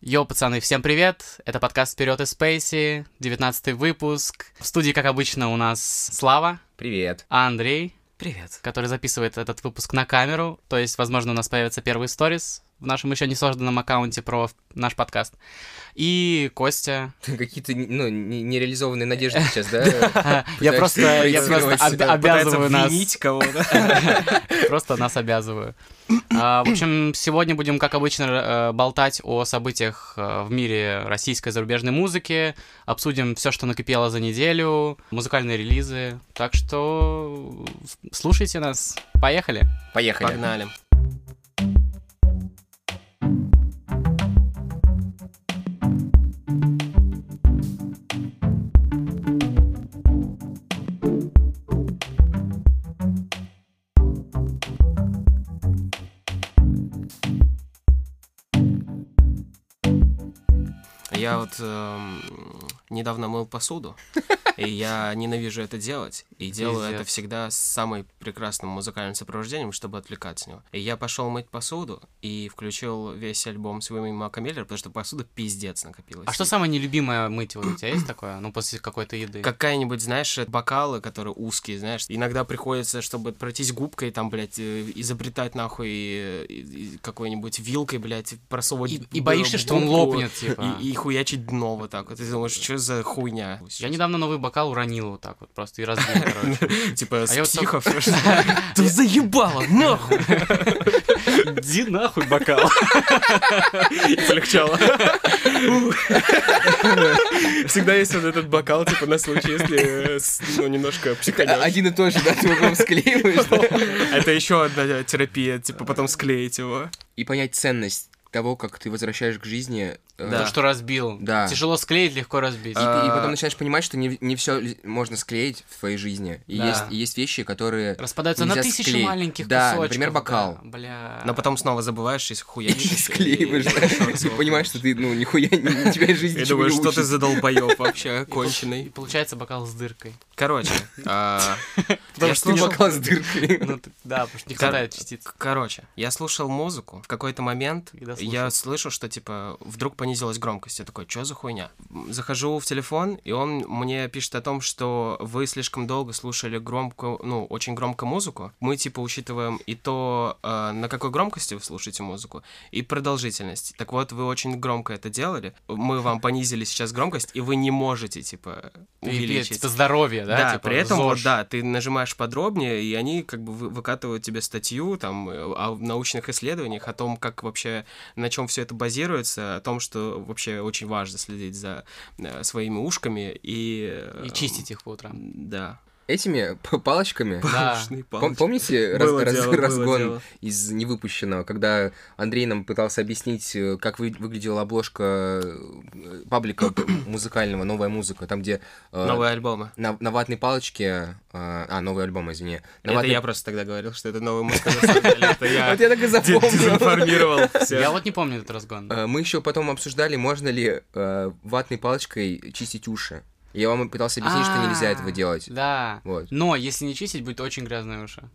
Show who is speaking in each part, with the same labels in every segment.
Speaker 1: Йоу, пацаны, всем привет! Это подкаст «Вперед из Спейси», 19 выпуск. В студии, как обычно, у нас Слава,
Speaker 2: Привет.
Speaker 1: а Андрей,
Speaker 3: Привет.
Speaker 1: который записывает этот выпуск на камеру. То есть, возможно, у нас появятся первые сторис в нашем еще не созданном аккаунте про наш подкаст. И Костя.
Speaker 2: Какие-то ну, не- нереализованные надежды сейчас, да?
Speaker 1: Э, Я
Speaker 2: Пытаешься
Speaker 1: просто, я просто
Speaker 2: проецировать
Speaker 1: об-
Speaker 2: себя,
Speaker 1: обязываю
Speaker 3: Пытается
Speaker 1: нас.
Speaker 3: винить кого-то.
Speaker 1: Просто нас обязываю. А, В общем, сегодня будем, как обычно, э, болтать о событиях э, в мире российской и зарубежной музыки, обсудим все, что накипело за неделю, музыкальные релизы. Так что э, слушайте нас. Поехали!
Speaker 2: Поехали.
Speaker 3: Погнали. Я вот эм, недавно мыл посуду, и я ненавижу это делать. И делаю это
Speaker 1: Пиздец.
Speaker 3: всегда с самым прекрасным музыкальным сопровождением, чтобы отвлекаться от него. И я пошел мыть посуду и включил весь альбом с Уимми Мака Миллера, потому что посуда пиздец накопилась.
Speaker 1: А что
Speaker 3: И
Speaker 1: самое нелюбимое мыть вот у тебя есть такое? Ну, после какой-то еды.
Speaker 3: Какая-нибудь, знаешь, бокалы, которые узкие, знаешь, иногда приходится, чтобы пройтись губкой, там, блядь, э, изобретать нахуй э, и- и какой-нибудь вилкой, блядь, просовывать.
Speaker 1: И, и
Speaker 3: г-
Speaker 1: боишься, что он
Speaker 3: губку.
Speaker 1: лопнет, типа.
Speaker 3: И, и хуячить дно вот так. вот. Ты думаешь, что за хуйня?
Speaker 1: Я недавно новый бокал уронил вот так вот, просто и разбил, короче.
Speaker 3: Типа с
Speaker 1: я вот
Speaker 3: психов. Ты заебала, нахуй!
Speaker 1: Иди нахуй бокал.
Speaker 2: Полегчало.
Speaker 3: Всегда есть вот этот бокал, типа, на случай, если, э, с- ну, немножко психанешь.
Speaker 2: Э, Один и тот же, да, ты его склеиваешь. да?
Speaker 3: А Это еще одна терапия, типа, потом склеить его.
Speaker 2: И понять ценность того, как ты возвращаешь к жизни. э,
Speaker 3: Да. А.
Speaker 1: То, что разбил.
Speaker 2: Да.
Speaker 1: Тяжело склеить, легко разбить.
Speaker 2: И, ты- и потом начинаешь понимать, что не, все можно склеить в твоей жизни. И,
Speaker 1: Да.
Speaker 2: есть, и есть вещи, которые...
Speaker 1: Распадаются на
Speaker 2: Нельзя
Speaker 1: тысячи
Speaker 2: склеить.
Speaker 1: маленьких
Speaker 2: Да,
Speaker 1: кусочков.
Speaker 2: например, бокал.
Speaker 1: да, бля.
Speaker 3: Но потом снова забываешь, если хуячишь.
Speaker 2: И
Speaker 3: А. и-
Speaker 2: склеиваешь, да. И понимаешь, что ты, ну, нихуя, не- тебя жизнь
Speaker 3: Я
Speaker 2: ничего
Speaker 3: думаю,
Speaker 2: не
Speaker 3: что ты
Speaker 2: учит.
Speaker 3: за долбоеб вообще,
Speaker 1: И пол- И
Speaker 3: конченый.
Speaker 1: получается бокал с дыркой.
Speaker 3: Короче, а,
Speaker 1: Потому
Speaker 3: я
Speaker 1: что
Speaker 2: Ты
Speaker 3: слушал-
Speaker 2: бокал с дыркой.
Speaker 1: Ну, ты- да, потому что не
Speaker 3: Кор-
Speaker 1: хватает частиц.
Speaker 3: К- Короче, я слушал музыку. В какой-то момент
Speaker 1: И дослушал.
Speaker 3: я слышу, что типа вдруг понизилась громкость. Я такой, что за хуйня? М, Захожу в телефон, и он мне пишет о том, что вы слишком долго слушали громкую, ну, очень громко музыку. Мы типа учитываем и то, э, на какой громкости вы слушаете музыку, и продолжительность. Так вот, вы очень громко это делали. Мы вам понизили сейчас громкость, и вы не можете типа
Speaker 1: Ты,
Speaker 3: увеличить.
Speaker 1: Типа здоровье, да?
Speaker 3: Да,
Speaker 1: типа,
Speaker 3: при этом, вот,
Speaker 1: ЗОЖ.
Speaker 3: да, ты нажимаешь подробнее, и они как бы вы- выкатывают тебе статью там э, о научных исследованиях, о том, как вообще, на чем все это базируется, о том, что вообще очень важно следить за э, своими ушками и... э,
Speaker 1: И чистить их по утрам.
Speaker 3: Да.
Speaker 2: Этими п- палочками...
Speaker 1: Да.
Speaker 3: Ушные
Speaker 2: Пом-
Speaker 3: палочки.
Speaker 2: Помните раз-
Speaker 3: Было
Speaker 2: раз-
Speaker 3: дело, было
Speaker 2: разгон
Speaker 3: дело.
Speaker 2: из невыпущенного, когда Андрей нам пытался объяснить, э, как вы- выглядела обложка э, паблика п- музыкального «Новая музыка», там, где э,
Speaker 3: Новые альбомы.
Speaker 2: на, на ватной палочке... э, а, новый альбом, извини. На
Speaker 3: это
Speaker 2: ватной-
Speaker 3: я просто тогда говорил, что это новая музыка, на самом деле, это я
Speaker 2: Вот я так и
Speaker 3: д-
Speaker 2: запомнил.
Speaker 3: дезинформировал всех.
Speaker 1: Я вот не помню этот разгон.
Speaker 2: Э, Мы еще потом обсуждали, можно ли э, ватной палочкой чистить уши. Я вам пытался объяснить, что нельзя
Speaker 1: А,
Speaker 2: этого делать.
Speaker 1: Да.
Speaker 2: Вот.
Speaker 1: Но если не чистить, будет очень грязные уши.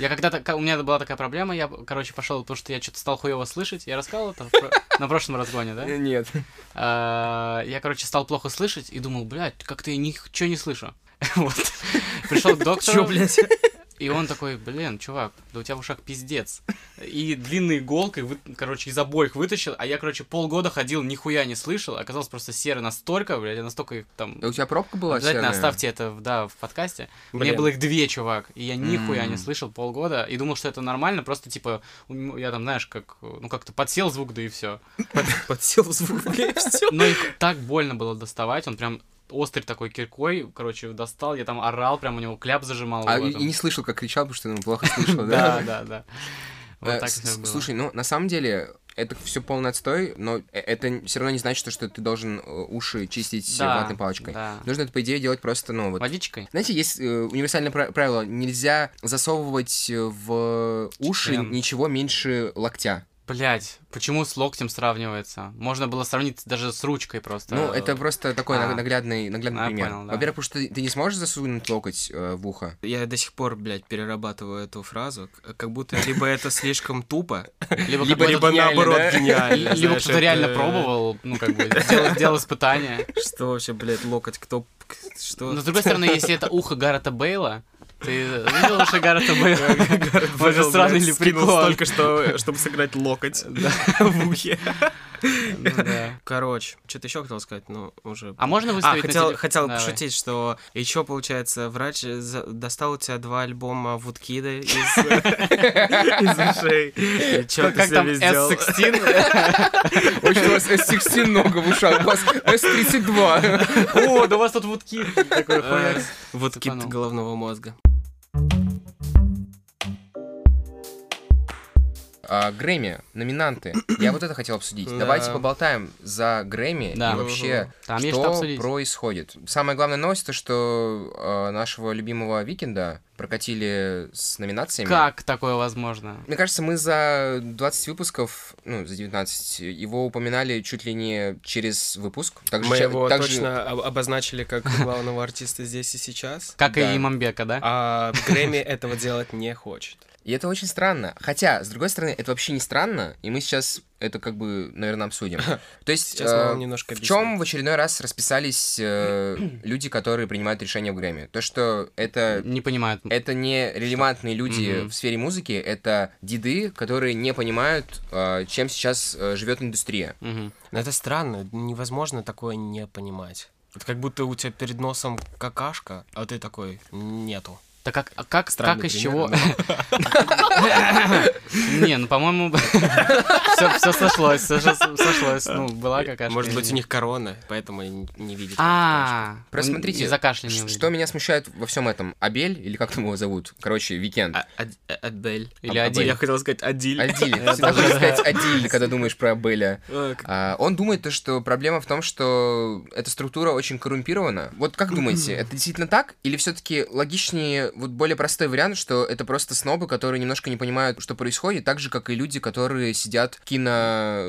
Speaker 1: Я когда-то, ка- у меня была такая проблема, я, короче, пошел, потому что я что-то стал хуево слышать, я рассказывал это в про- на прошлом разгоне, да?
Speaker 2: Э, Нет.
Speaker 1: А, Я, короче, стал плохо слышать и думал, блядь, как-то я ничего не слышу. Вот. Пришел к доктору.
Speaker 3: Чё, блядь?
Speaker 1: И он такой, блин, чувак, да у тебя в ушах пиздец. И длинной иголкой, вы, короче, из обоих вытащил, а я, короче, полгода ходил, нихуя не слышал, оказалось просто серый настолько, блядь, я настолько их там...
Speaker 2: А У тебя пробка была
Speaker 1: Обязательно
Speaker 2: серная?
Speaker 1: оставьте это, в- да, в подкасте. Мне
Speaker 3: Блин.
Speaker 1: было их две, чувак, и я нихуя не
Speaker 2: М.
Speaker 1: слышал полгода, и думал, что это нормально, просто, типа, м, я там, знаешь, как, ну, как-то подсел звук, да и все.
Speaker 3: Под- Подсел звук, и все.
Speaker 1: Но Ну, их так больно было доставать, он прям острый такой киркой, короче, достал, я там орал, прям у него кляп зажимал.
Speaker 2: А
Speaker 1: его
Speaker 2: и
Speaker 1: там.
Speaker 2: и не слышал, как кричал, потому что ну, плохо слышал,
Speaker 1: Да, да, да.
Speaker 2: Э,
Speaker 1: Вот так
Speaker 2: с-
Speaker 1: всё
Speaker 2: с-
Speaker 1: было.
Speaker 2: Слушай, ну на самом деле это все полный отстой, но э- это все равно не значит, что- что ты должен э, уши чистить э,
Speaker 1: Да,
Speaker 2: ватной палочкой.
Speaker 1: да.
Speaker 2: Нужно это, по идее, делать просто, ну, вот.
Speaker 1: Водичкой?
Speaker 2: Знаете, есть э, универсальное пра- правило, нельзя засовывать э, в уши
Speaker 1: Член.
Speaker 2: ничего меньше локтя.
Speaker 1: Блять, почему с локтем сравнивается? Можно было сравнить даже с ручкой просто.
Speaker 2: Ну, это просто такой
Speaker 1: а.
Speaker 2: наг- наглядный, наглядный
Speaker 1: А,
Speaker 2: пример.
Speaker 1: понял, да.
Speaker 2: Во-первых, потому что ты, ты не сможешь засунуть локоть э, в ухо.
Speaker 3: Я до сих пор, блядь, перерабатываю эту фразу, к- как будто либо это слишком тупо,
Speaker 1: либо,
Speaker 2: либо-
Speaker 1: какой-то-
Speaker 3: либо
Speaker 2: гениально,
Speaker 3: наоборот
Speaker 2: да?
Speaker 3: гениально.
Speaker 1: либо
Speaker 3: знаешь,
Speaker 1: кто-то реально
Speaker 3: это-
Speaker 1: пробовал, ну, как бы, делал, делал испытания.
Speaker 3: Что вообще, блядь, локоть, кто... к-
Speaker 1: Но, с
Speaker 3: Что?
Speaker 1: другой стороны, если это ухо Гаррета Бейла, ты видел уже Гаррета Бейла? Вы же
Speaker 3: Блядь,
Speaker 1: сравнили
Speaker 3: скинул
Speaker 1: прикол.
Speaker 3: столько, что, чтобы сыграть локоть
Speaker 1: Да.
Speaker 3: в ухе.
Speaker 1: Ну да.
Speaker 3: Короче, что-то еще хотел сказать, но уже...
Speaker 1: А можно
Speaker 3: А,
Speaker 1: выставить на
Speaker 3: хотел,
Speaker 1: теле-
Speaker 3: хотел
Speaker 1: Давай.
Speaker 3: пошутить, что еще, получается, врач э, за- достал у тебя два альбома Вудкида из из ушей. И чё
Speaker 1: Как
Speaker 3: ты
Speaker 1: как там
Speaker 3: себе сделал?
Speaker 1: S16?
Speaker 2: Очень у вас S16 много в ушах, у вас S32.
Speaker 1: О, да у вас тут вудки.
Speaker 2: Э,
Speaker 1: Такой хуяк.
Speaker 3: Вудкид
Speaker 1: Цепанул.
Speaker 3: головного мозга.
Speaker 2: А, Грэмми, номинанты. Я вот это хотел обсудить.
Speaker 3: Да.
Speaker 2: Давайте поболтаем за Грэмми и
Speaker 1: Да.
Speaker 2: вообще,
Speaker 1: Там есть что
Speaker 2: что
Speaker 1: обсудить.
Speaker 2: происходит. Самая главная новость, то, что э, нашего любимого Викинда прокатили с номинациями.
Speaker 1: Как такое возможно?
Speaker 2: Мне кажется, мы за 20 выпусков, ну, за 19, его упоминали чуть ли не через выпуск. Так же
Speaker 3: Мы
Speaker 2: ча-
Speaker 3: его
Speaker 2: так же-
Speaker 3: точно об- обозначили как главного артиста здесь и сейчас.
Speaker 1: Как
Speaker 2: Да.
Speaker 1: и Имамбека, да?
Speaker 3: А Грэмми этого делать не хочет.
Speaker 2: И это очень странно. Хотя, с другой стороны, это вообще не странно, и мы сейчас это как бы, наверное, обсудим. То есть,
Speaker 3: Сейчас мы
Speaker 2: э,
Speaker 3: вам немножко
Speaker 2: в чем в очередной раз расписались э, люди, которые принимают решения в Грэмми? То, что это
Speaker 1: Не понимают.
Speaker 2: это не релевантные люди
Speaker 1: Мгм.
Speaker 2: в сфере музыки, это деды, которые не понимают, э, чем сейчас э, живет индустрия.
Speaker 1: Мгм.
Speaker 3: Но это странно, невозможно такое не понимать. Это как будто у тебя перед носом какашка, а ты такой нету.
Speaker 1: Так как, а как,
Speaker 3: Странный
Speaker 1: как из
Speaker 3: пример,
Speaker 1: чего? Не, ну, по-моему, все, сошлось, всё со- сошлось. Ну,
Speaker 3: А
Speaker 1: была
Speaker 2: Э,
Speaker 1: какая-то.
Speaker 3: Может быть, у них корона, поэтому и не не видят.
Speaker 1: А,
Speaker 2: Просто
Speaker 1: он
Speaker 2: смотрите,
Speaker 1: из-за кашля не
Speaker 2: Ш-
Speaker 1: увидел.
Speaker 2: Что меня смущает во всем этом? Абель, или как там его зовут? Короче, Викенд.
Speaker 3: А- Ад- Адель.
Speaker 1: Или
Speaker 3: Аб-
Speaker 1: Адиль.
Speaker 3: Я хотел сказать Адиль.
Speaker 2: Адиль. Всегда хочешь сказать Адиль, когда думаешь про Абеля.
Speaker 3: Э, как-
Speaker 2: А, Он думает, то, что проблема в том, что эта структура очень коррумпирована. Вот как думаете, это действительно так? Или все-таки логичнее, вот более простой вариант, что это просто снобы, которые немножко не понимают, что происходит, так же, как и люди, которые сидят в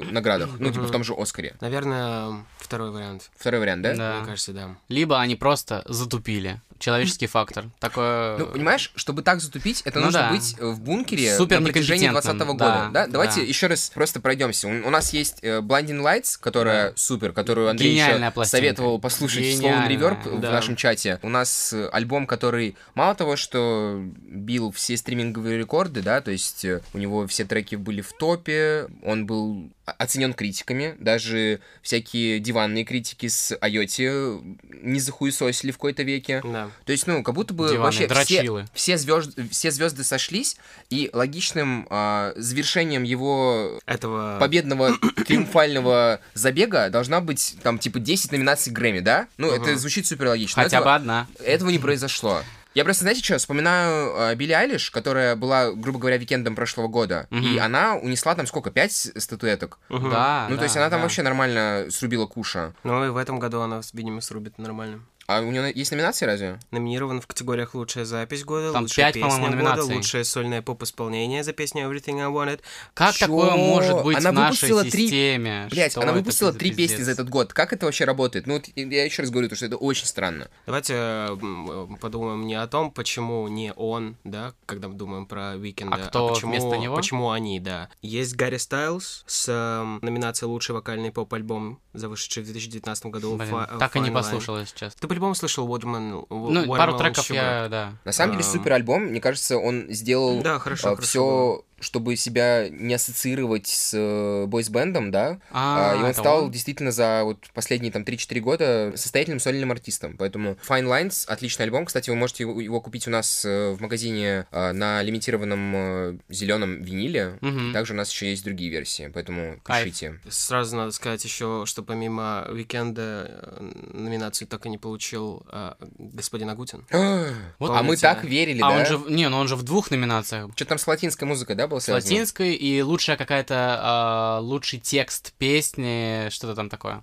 Speaker 2: кинонаградах, ну, типа в том же Оскаре.
Speaker 3: Наверное, второй вариант.
Speaker 2: Второй вариант, да?
Speaker 1: Да.
Speaker 3: Мне кажется, да.
Speaker 1: Либо они просто затупили. Человеческий фактор. Такое...
Speaker 2: Ну, понимаешь, чтобы так затупить, это
Speaker 1: Ну
Speaker 2: нужно
Speaker 1: да.
Speaker 2: быть э, в бункере
Speaker 1: Супер
Speaker 2: на протяжении
Speaker 1: некомпетентным,
Speaker 2: 20 года.
Speaker 1: да,
Speaker 2: Да, Давайте
Speaker 1: да.
Speaker 2: еще раз просто пройдемся. У, у нас есть э, Blinding Lights, которая супер, которую Андрей
Speaker 1: Гениальная
Speaker 2: еще
Speaker 1: пластинка.
Speaker 2: советовал послушать
Speaker 1: Гениальная,
Speaker 2: в Sloan Reverb
Speaker 3: да.
Speaker 2: в нашем чате. У нас э, альбом, который мало того, что бил все стриминговые рекорды, да, то есть э, у него все треки были в топе, он был о- оценен критиками, даже всякие диванные критики с Айоти э, не захуесосили в какой-то веке.
Speaker 3: Да.
Speaker 2: То есть, ну, как будто бы
Speaker 1: Диваны,
Speaker 2: вообще
Speaker 1: дрочилы.
Speaker 2: все, все, звезд, все звезды сошлись, и логичным а, завершением его
Speaker 1: А.
Speaker 3: Этого...
Speaker 2: победного триумфального забега должна быть там типа 10 номинаций Грэмми, да? Ну, это звучит супер логично.
Speaker 1: Хотя бы
Speaker 2: этого,
Speaker 1: одна.
Speaker 2: этого не произошло. Я просто, знаете что, вспоминаю а, Билли Айлиш, которая была, грубо говоря, викендом прошлого года, и она унесла там сколько, 5 статуэток?
Speaker 3: Мгм.
Speaker 1: Да,
Speaker 2: ну,
Speaker 1: А,
Speaker 2: то
Speaker 1: да,
Speaker 2: есть она там
Speaker 1: да.
Speaker 2: вообще нормально срубила куша.
Speaker 3: Ну и в этом году она, видимо, срубит нормально.
Speaker 2: А у нее есть номинации разве?
Speaker 3: Номинирован в категориях «Лучшая запись года»,
Speaker 1: Там
Speaker 3: «Лучшая
Speaker 1: пять, по-моему,
Speaker 3: песня года»,
Speaker 1: номинаций.
Speaker 3: «Лучшее сольное поп-исполнение» за песню «Everything I Wanted».
Speaker 1: Как
Speaker 2: Чё?
Speaker 1: такое может быть
Speaker 2: Она
Speaker 1: в нашей
Speaker 2: выпустила три-
Speaker 1: системе?
Speaker 2: Блять,
Speaker 1: А Что
Speaker 2: она
Speaker 1: это
Speaker 2: выпустила
Speaker 1: за
Speaker 2: три песни
Speaker 1: пиздец?
Speaker 2: за этот год. Как это вообще работает? Ну, вот я еще раз говорю, то, что это очень странно.
Speaker 3: Давайте э, м, э, подумаем не о том, почему не он, да, когда мы думаем про Уикенда,
Speaker 1: А кто
Speaker 3: почему,
Speaker 1: вместо него?
Speaker 3: почему они, да. Есть Гарри Стайлз с эм, номинацией «Лучший вокальный поп-альбом», за вышедший в 2019 году.
Speaker 1: Блин,
Speaker 3: Fi- э,
Speaker 1: так и не
Speaker 3: Fine Line.
Speaker 1: послушал, если честно.
Speaker 3: Ты по-любому слышал Waterman,
Speaker 1: Ну, пару треков я, да.
Speaker 2: На самом деле,
Speaker 1: А.
Speaker 3: Эм.
Speaker 2: супер альбом. Мне кажется, он сделал
Speaker 3: Да, хорошо, хорошо было.
Speaker 2: все, чтобы себя не ассоциировать с э, бойсбендом, да.
Speaker 1: А,
Speaker 2: А, и он
Speaker 1: это
Speaker 2: стал
Speaker 1: он?
Speaker 2: действительно за вот последние там 3-4 года состоятельным сольным артистом. Поэтому Fine Lines отличный альбом. Кстати, вы можете его, его купить у нас э, в магазине э, на лимитированном зеленом виниле.
Speaker 1: Мгм.
Speaker 2: Также у нас еще есть другие версии, поэтому
Speaker 1: Кайф.
Speaker 2: пишите.
Speaker 3: Сразу надо сказать еще, что помимо Уикенда э, номинацию так и не получил э, господин Агутин.
Speaker 2: А
Speaker 1: Вот
Speaker 2: мы
Speaker 3: помните,
Speaker 2: так верили,
Speaker 1: А
Speaker 2: да?
Speaker 1: он же, в- не, ну он же в двух номинациях.
Speaker 2: Что там с латинской музыкой, да, да, было
Speaker 1: С
Speaker 2: связано?
Speaker 1: латинской, и лучшая какая-то, а, лучший текст песни, что-то там такое.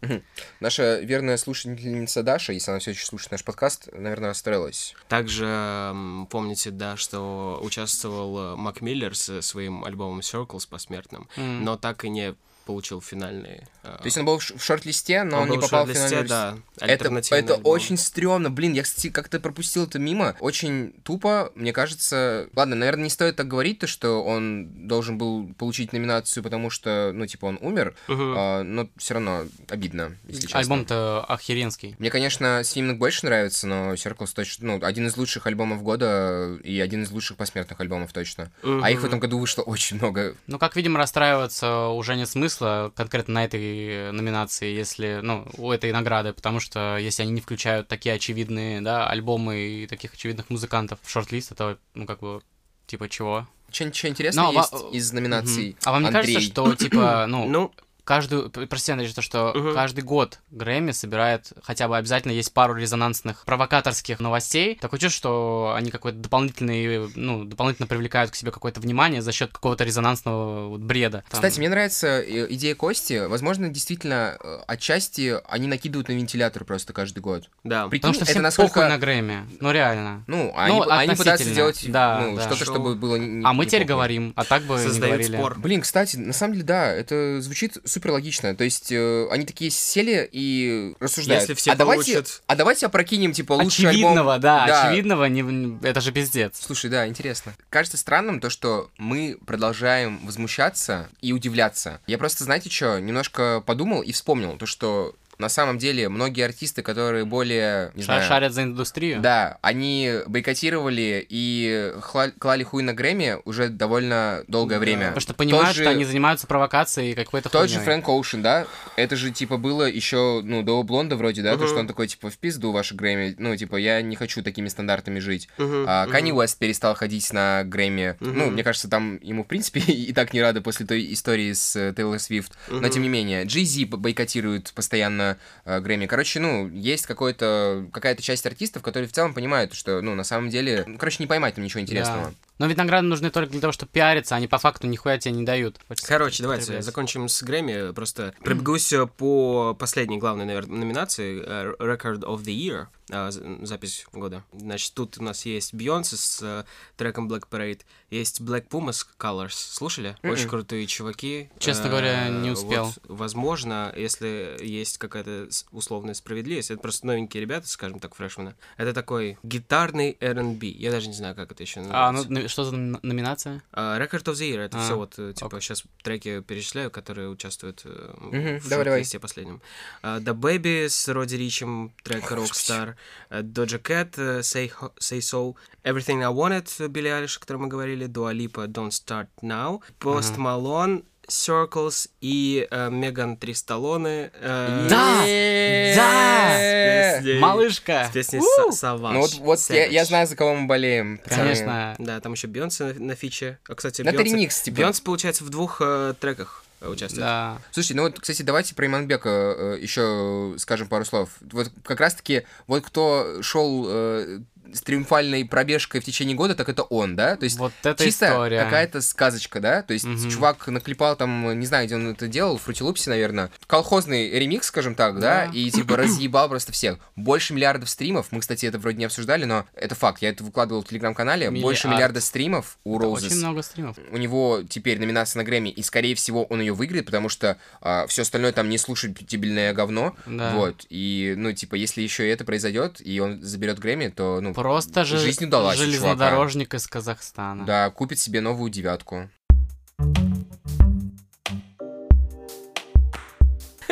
Speaker 2: Наша верная слушательница Даша, если она все еще слушает наш подкаст, наверное, расстроилась.
Speaker 3: Также м, помните, да, что участвовал э, Мак Миллер со своим альбомом Circles посмертным,
Speaker 1: М.
Speaker 3: но так и не получил финальный. э,
Speaker 2: То есть он был в ш- в шорт-листе, но он,
Speaker 3: был
Speaker 2: не попал в
Speaker 3: шорт-листе,
Speaker 2: финальную версию.
Speaker 3: да,
Speaker 2: Это,
Speaker 3: альтернативный
Speaker 2: это
Speaker 3: альбом.
Speaker 2: очень стрёмно. Блин, я, кстати, как-то пропустил это мимо. Очень тупо, мне кажется... Ладно, наверное, не стоит так говорить, то, что он должен был получить номинацию, потому что, ну, типа, он умер.
Speaker 3: Мгм.
Speaker 2: а, но все равно обидно, если честно.
Speaker 1: Альбом-то охеренский.
Speaker 2: Мне, конечно, Симинг больше нравится, но Circles точно... Ну, один из лучших альбомов года и один из лучших посмертных альбомов точно. А их в
Speaker 3: Мгм.
Speaker 2: этом году вышло очень много.
Speaker 1: Ну, как видим, расстраиваться уже нет смысла конкретно на этой номинации, если, ну, у этой награды, потому что если они не включают такие очевидные, да, альбомы и таких очевидных музыкантов в шорт-лист, то, ну, как бы, типа чего?
Speaker 2: Что-нибудь интересное
Speaker 1: Но Ну, а во-
Speaker 2: есть из номинаций?
Speaker 1: Мгм. А вам не
Speaker 2: Андрей?
Speaker 1: кажется, что, типа, ну,
Speaker 3: Ну,
Speaker 1: каждую, п- прости, Андрей, то, что
Speaker 3: Мгм.
Speaker 1: каждый год Грэмми собирает хотя бы обязательно есть пару резонансных провокаторских новостей. Такое чувство, что они какой-то дополнительный, ну, дополнительно привлекают к себе какое-то внимание за счет какого-то резонансного вот бреда. Там-
Speaker 2: Кстати, мне нравится э, идея Кости. Возможно, действительно, э, отчасти они накидывают на вентилятор просто каждый год.
Speaker 3: да.
Speaker 2: Прикинь,
Speaker 1: Потому что
Speaker 2: это
Speaker 1: всем
Speaker 2: насколько...
Speaker 1: похуй на Грэмми. Ну, реально.
Speaker 2: Ну, а они,
Speaker 1: Ну,
Speaker 2: а они пытаются
Speaker 1: относительно,
Speaker 2: делать
Speaker 1: да,
Speaker 2: ну,
Speaker 1: да.
Speaker 2: что-то,
Speaker 3: Шоу.
Speaker 2: чтобы было... не- не
Speaker 1: А мы теперь
Speaker 2: похуй.
Speaker 1: говорим, а так бы не
Speaker 3: Создают
Speaker 1: говорили.
Speaker 3: спор.
Speaker 2: Блин, кстати, на самом деле, да, это звучит супер логично. То есть э, они такие сели и рассуждают.
Speaker 3: Если все
Speaker 2: а давайте,
Speaker 3: получат-
Speaker 2: а давайте опрокинем типа лучший альбом.
Speaker 1: Очевидного, да,
Speaker 2: Да.
Speaker 1: очевидного, не- это же пиздец.
Speaker 2: Слушай, да, интересно. Кажется странным то, что мы продолжаем возмущаться и удивляться. Я просто, знаете что, немножко подумал и вспомнил то, что на самом деле многие артисты, которые более... Не
Speaker 1: Ша-
Speaker 2: знаю,
Speaker 1: Шарят за индустрию.
Speaker 2: Да, они бойкотировали и хла- клали хуй на Грэмми уже довольно долгое время.
Speaker 1: Потому что понимают,
Speaker 2: Тот же-
Speaker 1: что они занимаются провокацией и какой-то
Speaker 2: Тот же
Speaker 1: хуйнёй.
Speaker 2: Фрэнк Оушен, да? Это же, типа, было еще, ну, до Блонда вроде, да? То,
Speaker 3: Мгм.
Speaker 2: что он такой, типа, в пизду ваши Грэмми. Ну, типа, я не хочу такими стандартами жить.
Speaker 3: Мгм,
Speaker 2: А,
Speaker 3: мгм.
Speaker 2: Канни Уэст перестал ходить на Грэмми.
Speaker 3: Мгм.
Speaker 2: Ну, мне кажется, там ему, в принципе, и так не рады после той истории с э, Тейлор Свифт. Но,
Speaker 3: Мгм.
Speaker 2: тем не менее, Джей-Зи бойкотирует постоянно э, Грэмми. Короче, ну, есть какой-то, какая-то часть артистов, которые в целом понимают, что, ну, на самом деле... Ну, короче, не поймать там ничего интересного.
Speaker 1: Да. Но ведь награды нужны только для того, чтобы пиариться, они по факту нихуя тебе не дают. Хочется
Speaker 3: Короче, давайте
Speaker 1: употреблять.
Speaker 3: закончим с Грэмми. Просто пробегусь э, по последней главной, наверное, номинации э, Record of the Year, э, з- запись года. Значит, тут у нас есть Бейонсе с э, треком Black Parade, есть Black Pumas Colors. Слушали?
Speaker 2: Мгм.
Speaker 3: Очень крутые чуваки.
Speaker 1: М-м. Честно
Speaker 3: Э,
Speaker 1: говоря, не успел.
Speaker 3: вот, возможно, если есть какая-то с- условная справедливость, это просто новенькие ребята, скажем так, фрешмены. Это такой гитарный R&B. Я даже не знаю, как это еще
Speaker 1: А,
Speaker 3: называется.
Speaker 1: ну ну, что за н- номинация?
Speaker 3: А, Record of the Year, это
Speaker 1: А,
Speaker 3: все вот, э, типа,
Speaker 1: ок.
Speaker 3: сейчас треки перечисляю, которые участвуют э,
Speaker 2: Мгм,
Speaker 3: в
Speaker 2: давай,
Speaker 3: шорт-листе последнем. А, The Baby с Роди Ричем, трек
Speaker 2: О,
Speaker 3: Rockstar, э, Doja Cat, э, Say, Ho- Say So, Everything I Wanted, Билли Алиш, о котором мы говорили, Dua Lipa, Don't Start Now, Post Malone, Circles и э, Меган Тристалоны. э,
Speaker 1: Да!
Speaker 3: с песней-
Speaker 1: Малышка!
Speaker 3: С песней
Speaker 1: У!
Speaker 3: Savage.
Speaker 2: Ну, вот, вот я, я
Speaker 3: Savage.
Speaker 2: знаю, за кого мы болеем. пацаны.
Speaker 1: Конечно.
Speaker 3: Да, там еще Бейонсе на, на фиче. А, кстати,
Speaker 2: Ну, Это
Speaker 3: Бейонсе-
Speaker 2: ремикс, типа.
Speaker 3: Бейонс, получается, в двух э, треках э, участвует.
Speaker 1: Да.
Speaker 2: Слушайте, ну вот, кстати, давайте про Иманбека еще скажем пару слов. Вот как раз-таки, вот кто шел э, с триумфальной пробежкой в течение года, так это он, да? То есть
Speaker 1: Вот это
Speaker 2: чисто
Speaker 1: история.
Speaker 2: какая-то сказочка, да? То есть
Speaker 1: Мгм.
Speaker 2: чувак наклепал там, не знаю, где он это делал, в Фрутилупсе, наверное, колхозный ремикс, скажем так, да?
Speaker 1: Да.
Speaker 2: И типа разъебал просто всех. Больше миллиардов стримов, мы, кстати, это вроде не обсуждали, но это факт, я это выкладывал в Телеграм-канале, больше
Speaker 1: Миллиард.
Speaker 2: миллиарда стримов у
Speaker 1: Это
Speaker 2: Роузес
Speaker 1: Очень много стримов.
Speaker 2: у него теперь номинация на Грэмми, и, скорее всего, он ее выиграет, потому что все остальное там не слушабельное говно.
Speaker 1: Да.
Speaker 2: Вот. И, ну, типа, если еще и это произойдет, и он заберет Грэмми, то, ну,
Speaker 1: Просто же
Speaker 2: Жизнь удалась у
Speaker 1: железнодорожник из Казахстана.
Speaker 2: да, купит себе новую девятку.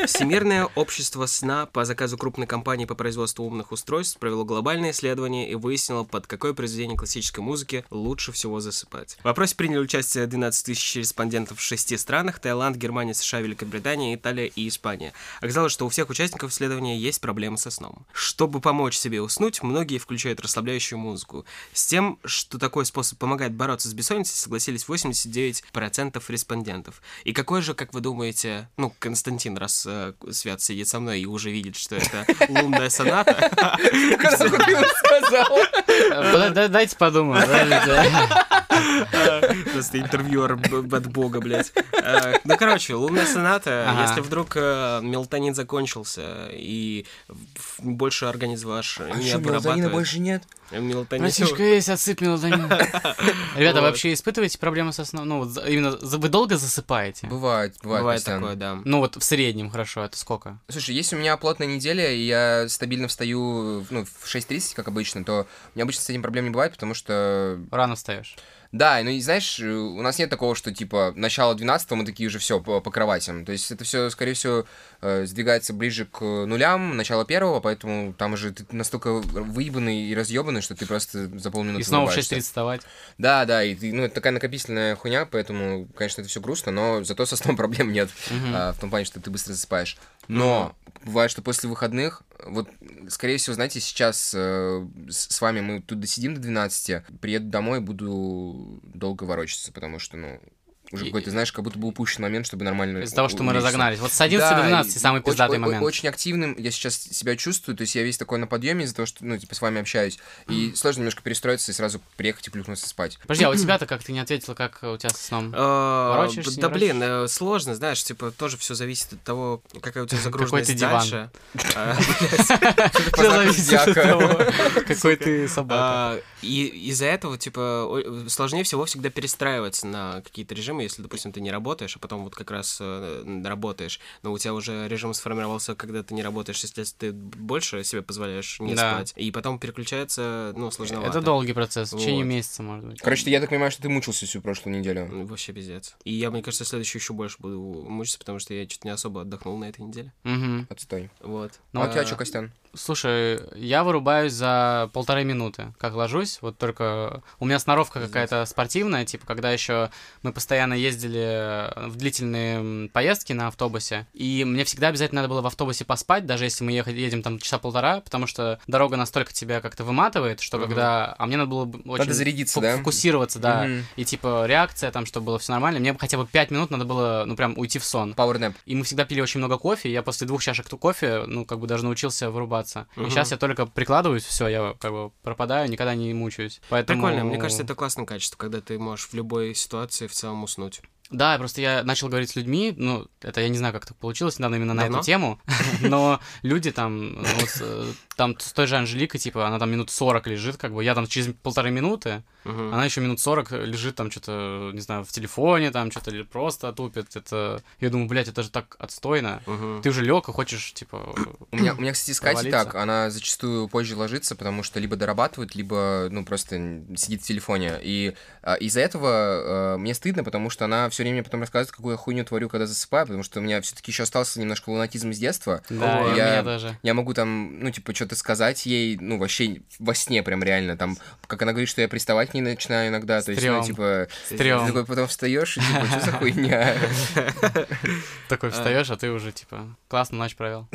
Speaker 3: Всемирное общество сна по заказу крупной компании по производству умных устройств провело глобальное исследование и выяснило, под какое произведение классической музыки лучше всего засыпать. В вопросе приняли участие 12 тысяч респондентов в шести странах – Таиланд, Германия, США, Великобритания, Италия и Испания. Оказалось, что у всех участников исследования есть проблемы со сном. Чтобы помочь себе уснуть, многие включают расслабляющую музыку. С тем, что такой способ помогает бороться с бессонницей, согласились 89% респондентов. И какой же, как вы думаете, ну, Константин, раз э, э, Свят сидит со мной и уже видит, что это лунная соната.
Speaker 2: Когда ты сказал.
Speaker 1: Э, да- Дайте подумаю. подождите.
Speaker 3: Просто интервьюер б- от бога, блядь. Э, Ну, короче, лунная соната,
Speaker 1: Ага.
Speaker 3: если вдруг э, мелатонин закончился и в- больше организм ваш
Speaker 2: А
Speaker 3: не
Speaker 2: что, мелатонина
Speaker 3: обрабатывает.
Speaker 2: больше нет?
Speaker 3: Мелатонин...
Speaker 1: Братишка есть, отсыпь мелатонин. Ребята,
Speaker 3: Вот.
Speaker 1: вообще испытываете проблемы со сном? Ну, вот за- именно за- вы долго засыпаете?
Speaker 2: Бывает, бывает,
Speaker 3: Бывает
Speaker 2: постоянно.
Speaker 3: такое, да.
Speaker 1: Ну, вот в среднем, хорошо, это сколько?
Speaker 2: Слушай, если у меня плотная неделя, и я стабильно встаю ну, в 6.30, как обычно, то у меня обычно с этим проблем не бывает, потому что...
Speaker 1: Рано встаешь.
Speaker 2: Да, ну и знаешь, э, у нас нет такого, что типа начало 12 мы такие уже все по, по кроватям. То есть это все, скорее всего, э, сдвигается ближе к нулям, начало первого, поэтому там уже ты настолько выебанный и разъебанный, что ты просто за полминуты
Speaker 1: И снова в
Speaker 2: вырубаешься.
Speaker 1: 6.30 вставать.
Speaker 2: Да, да, и ты- ну, это такая накопительная хуйня, поэтому, конечно, это все грустно, но зато со сном проблем нет,
Speaker 1: Мгм.
Speaker 2: а, в том плане, что ты быстро засыпаешь. Но бывает, что после выходных, вот, скорее всего, знаете, сейчас э, с, с вами мы тут досидим до 12, приеду домой, буду долго ворочаться, потому что, ну, уже
Speaker 1: И-
Speaker 2: какой-то, знаешь, как будто бы упущен момент, чтобы нормально...
Speaker 1: Из-за того, что мы
Speaker 2: улечься.
Speaker 1: разогнались. Вот с 11 до
Speaker 2: Да,
Speaker 1: 12
Speaker 2: и
Speaker 1: самый
Speaker 2: очень-
Speaker 1: пиздатый
Speaker 2: о- о-
Speaker 1: момент.
Speaker 2: Очень активным я сейчас себя чувствую, то есть я весь такой на подъеме из-за того, что, ну, типа, с вами общаюсь. И сложно немножко перестроиться и сразу приехать и плюхнуться спать.
Speaker 1: Подожди, а у тебя-то как ты не ответил, как э, у тебя со сном?
Speaker 3: Э,
Speaker 1: Ворочаешься, не
Speaker 3: Да блин, э, сложно, знаешь, типа тоже все зависит от того, какая у тебя загруженность
Speaker 1: диван.
Speaker 3: дальше. Э,
Speaker 1: Всё зависит от
Speaker 2: зодиака.
Speaker 1: того, какой ты собака.
Speaker 3: а, И из-за этого, типа, о- сложнее всего всегда перестраиваться на какие-то режимы, если, допустим, ты не работаешь, а потом вот как раз э, работаешь, но у тебя уже режим сформировался, когда ты не работаешь, если ты больше себе позволяешь не
Speaker 1: Да.
Speaker 3: спать, и потом переключается, ну, сложновато.
Speaker 1: Это долгий процесс, в течение
Speaker 3: Вот.
Speaker 1: месяца, может быть.
Speaker 2: Короче, я так понимаю, что ты мучился всю прошлую неделю.
Speaker 3: Ну, Вообще пиздец. И я, мне кажется, следующий еще больше буду мучиться, потому что я что-то не особо отдохнул на этой неделе.
Speaker 1: Мгм.
Speaker 2: Отстой.
Speaker 3: Вот.
Speaker 1: Ну,
Speaker 2: а у тебя
Speaker 1: э,
Speaker 2: что, Костян?
Speaker 1: Слушай, я вырубаюсь за полторы минуты, как ложусь. Вот только у меня сноровка какая-то спортивная, типа, когда еще мы постоянно ездили э, в длительные м, поездки на автобусе, и мне всегда обязательно надо было в автобусе поспать, даже если мы ехать, едем там часа полтора, потому что дорога настолько тебя как-то выматывает, что
Speaker 3: Мгм.
Speaker 1: когда... А мне надо было бы очень...
Speaker 2: Надо зарядиться,
Speaker 1: фу-
Speaker 2: да?
Speaker 1: Фокусироваться, да.
Speaker 2: Мгм.
Speaker 1: И типа реакция там, чтобы было все нормально. Мне бы хотя бы пять минут надо было, ну прям уйти в сон.
Speaker 2: Powernap.
Speaker 1: И мы всегда пили очень много кофе. Я после двух чашек ту кофе, ну, как бы даже научился вырубаться. И
Speaker 3: Мгм.
Speaker 1: сейчас я только прикладываюсь, все, я как бы пропадаю, никогда не мучаюсь. Поэтому...
Speaker 3: Прикольно, мне кажется, это классное качество, когда ты можешь в любой ситуации в целом уснуть.
Speaker 1: Да, просто я начал говорить с людьми, ну, это я не знаю, как так получилось недавно именно на
Speaker 3: Давно?
Speaker 1: эту тему, но люди там, ну, вот, э, там с той же Анжеликой, типа, она там минут 40 лежит, как бы, я там через полторы минуты,
Speaker 3: Мгм.
Speaker 1: она еще минут 40 лежит там что-то, не знаю, в телефоне там что-то или просто тупит, это... Я думаю, блядь, это же так отстойно.
Speaker 3: Мгм.
Speaker 1: Ты уже лег и хочешь, типа...
Speaker 2: У меня, у меня, кстати, с Катей
Speaker 1: Провалиться.
Speaker 2: так, она зачастую позже ложится, потому что либо дорабатывает, либо, ну, просто н- сидит в телефоне. И а, из-за этого э, мне стыдно, потому что она все время потом рассказывает, какую я хуйню творю, когда засыпаю, потому что у меня все-таки еще остался немножко лунатизм из детства.
Speaker 1: Да, и у
Speaker 2: я-
Speaker 1: меня даже.
Speaker 2: Я могу там, ну, типа, что-то сказать ей, ну, вообще во сне прям реально, там, как она говорит, что я приставать к ней начинаю иногда, то есть, ну,
Speaker 1: Стрём.
Speaker 2: типа,
Speaker 1: Стрём.
Speaker 2: ты такой потом встаешь и типа, что за хуйня?
Speaker 1: Такой встаешь, а ты уже типа классно ночь провел.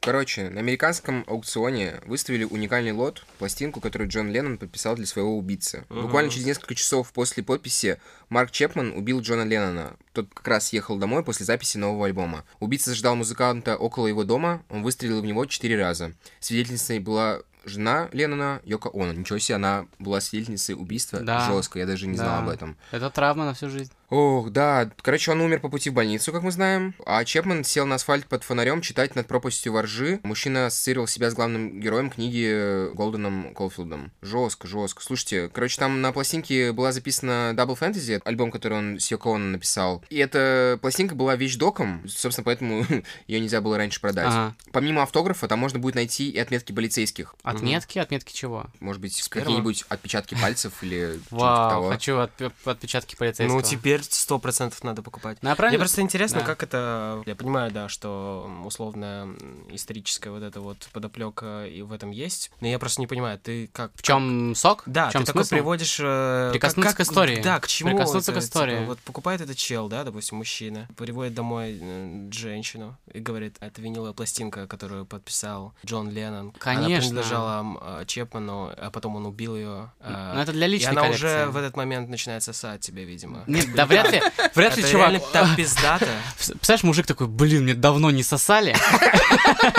Speaker 2: Короче, на американском аукционе выставили уникальный лот, пластинку, которую Джон Леннон подписал для своего убийцы.
Speaker 3: Мгм.
Speaker 2: Буквально через несколько часов после подписи Марк Чепман убил Джона Леннона. Тот как раз ехал домой после записи нового альбома. Убийца ждал музыканта около его дома, он выстрелил в него четыре раза. Свидетельницей была жена Леннона, Йока Оно. Ничего себе, она была свидетельницей убийства.
Speaker 1: Да.
Speaker 2: Жестко, я даже не
Speaker 1: Да.
Speaker 2: знал об этом.
Speaker 1: Это травма на всю жизнь.
Speaker 2: Ох, да. Короче, он умер по пути в больницу, как мы знаем. А Чепман сел на асфальт под фонарем читать над пропастью воржи. Мужчина ассоциировал себя с главным героем книги э, Голденом Колфилдом. Жестко, жестко. Слушайте, короче, там на пластинке была записана Double Fantasy, альбом, который он с Йоко Оно написал. И эта пластинка была вещдоком, собственно, поэтому ее нельзя было раньше продать.
Speaker 1: Ага.
Speaker 2: Помимо автографа, там можно будет найти и отметки полицейских.
Speaker 1: Отметки, отметки чего?
Speaker 2: Может быть,
Speaker 3: первого?
Speaker 2: какие-нибудь отпечатки пальцев или что-нибудь
Speaker 1: Вау,
Speaker 2: того.
Speaker 1: хочу отп- отпечатки полицейского.
Speaker 3: типа Ну, теперь теперь сто процентов надо покупать.
Speaker 1: Ну, я правильно-
Speaker 3: Мне просто интересно,
Speaker 1: Да.
Speaker 3: как это... Я понимаю, да, что м, условно м, историческая вот эта вот подоплека и в этом есть, но я просто не понимаю, ты как...
Speaker 1: В чем сок?
Speaker 3: Да,
Speaker 1: в чем
Speaker 3: ты такой
Speaker 1: смысл?
Speaker 3: приводишь... э, как-
Speaker 1: Прикоснуться
Speaker 3: как-
Speaker 1: к истории.
Speaker 3: Да, к чему
Speaker 1: Прикоснуться
Speaker 3: это,
Speaker 1: к истории.
Speaker 3: типа, вот покупает этот чел, да, допустим, мужчина, приводит домой э, женщину и говорит, это виниловая пластинка, которую подписал Джон Леннон. Она
Speaker 1: Конечно.
Speaker 3: принадлежала м, э, Чепману, а потом он убил ее.
Speaker 1: Ну, это для
Speaker 3: и
Speaker 1: личной
Speaker 3: она
Speaker 1: коллекции.
Speaker 3: уже в этот момент начинает сосать тебя, видимо.
Speaker 1: Нет, да вряд ли, вряд ли,
Speaker 3: Это
Speaker 1: чувак.
Speaker 3: реально так пиздато.
Speaker 1: Пс- Представляешь, мужик такой, блин, мне давно не сосали.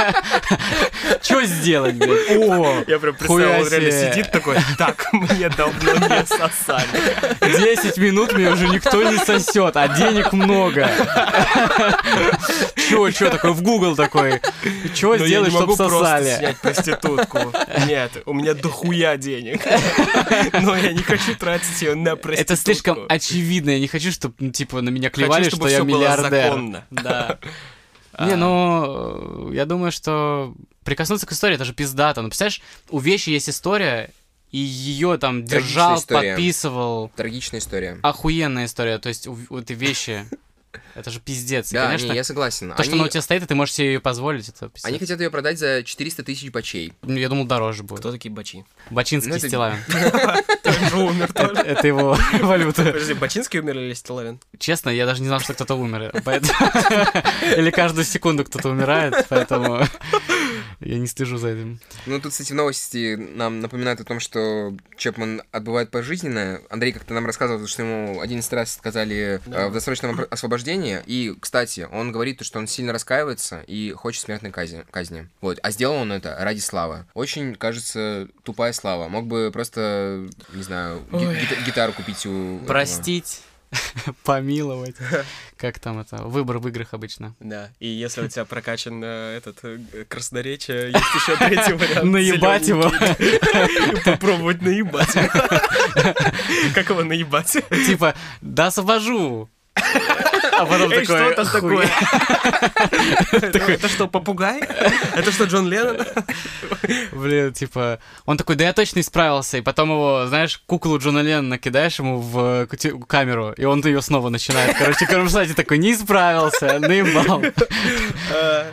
Speaker 1: Че сделать, блядь? О,
Speaker 3: Я прям
Speaker 1: представил, он реально сидит
Speaker 3: такой, так, мне давно не сосали.
Speaker 1: 10 минут меня уже никто не сосет, а денег много. Чё, чё, такой в Google такой. Чё сделать, чтобы Ну, сосали?
Speaker 3: снять проститутку. Нет, у меня дохуя денег. Но я не хочу тратить ее на проститутку.
Speaker 1: Это слишком очевидно, я не хочу, чтобы, типа, на меня
Speaker 3: Хочу,
Speaker 1: клевали, что
Speaker 3: чтобы
Speaker 1: я
Speaker 3: всё было
Speaker 1: миллиардер.
Speaker 3: законно. А.
Speaker 1: Да. Не, ну, э, я думаю, что прикоснуться к истории, это же пиздато. Ну, представляешь, у вещи есть история, и ее там
Speaker 2: Трагичная
Speaker 1: держал,
Speaker 2: история.
Speaker 1: подписывал.
Speaker 2: Трагичная история.
Speaker 1: А, Охуенная история, то есть у у этой вещи. Это же пиздец. И,
Speaker 2: да,
Speaker 1: конечно,
Speaker 2: не, я согласен.
Speaker 1: То, что
Speaker 2: они,
Speaker 1: она у тебя стоит, и ты можешь себе ее позволить, это пиздец. Ну,
Speaker 2: они хотят ее продать за 400 тысяч бачей.
Speaker 1: Я думал, дороже будет.
Speaker 3: Кто такие бачи?
Speaker 1: Бачинский
Speaker 2: Ну, это-
Speaker 1: Стилавин.
Speaker 3: Тоже умер тоже.
Speaker 1: Это его валюта.
Speaker 3: Подожди, Бачинский умер или Стилавин?
Speaker 1: Честно, я даже не знал, что кто-то умер. э, поэтому- Или каждую секунду кто-то умирает, поэтому я не стыжу за этим.
Speaker 2: Ну, тут, кстати, в новости нам напоминают о том, что Чепман отбывает пожизненное. Андрей как-то нам рассказывал, что ему 11 раз отказали
Speaker 3: Да.
Speaker 2: э, в досрочном опро- освобождении. И, кстати, он говорит, то, что он сильно раскаивается и хочет смертной казни. казни. Вот. А сделал он это ради славы. Очень, кажется, тупая слава. Мог бы просто, не знаю, ги-
Speaker 3: Ой.
Speaker 2: гита- гитару купить у... этого.
Speaker 1: Простить, помиловать. Как там это? Выбор в играх обычно.
Speaker 3: Да, и если у тебя прокачан э, этот э, красноречие, есть еще третий вариант.
Speaker 1: Наебать его.
Speaker 3: зелёненький. Попробовать наебать. Как его наебать?
Speaker 1: Типа, да, освобожу. А потом
Speaker 3: Эй,
Speaker 1: такой,
Speaker 3: что там
Speaker 1: «Хуй».
Speaker 3: такое? Это что, попугай? Это что, Джон Леннон?
Speaker 1: Блин, типа, он такой, да я точно исправился, и потом его, знаешь, куклу Джона Леннона кидаешь ему в э, кути- камеру, и он ее снова начинает, короче, корушать, и такой, не исправился, наебал.
Speaker 3: Э,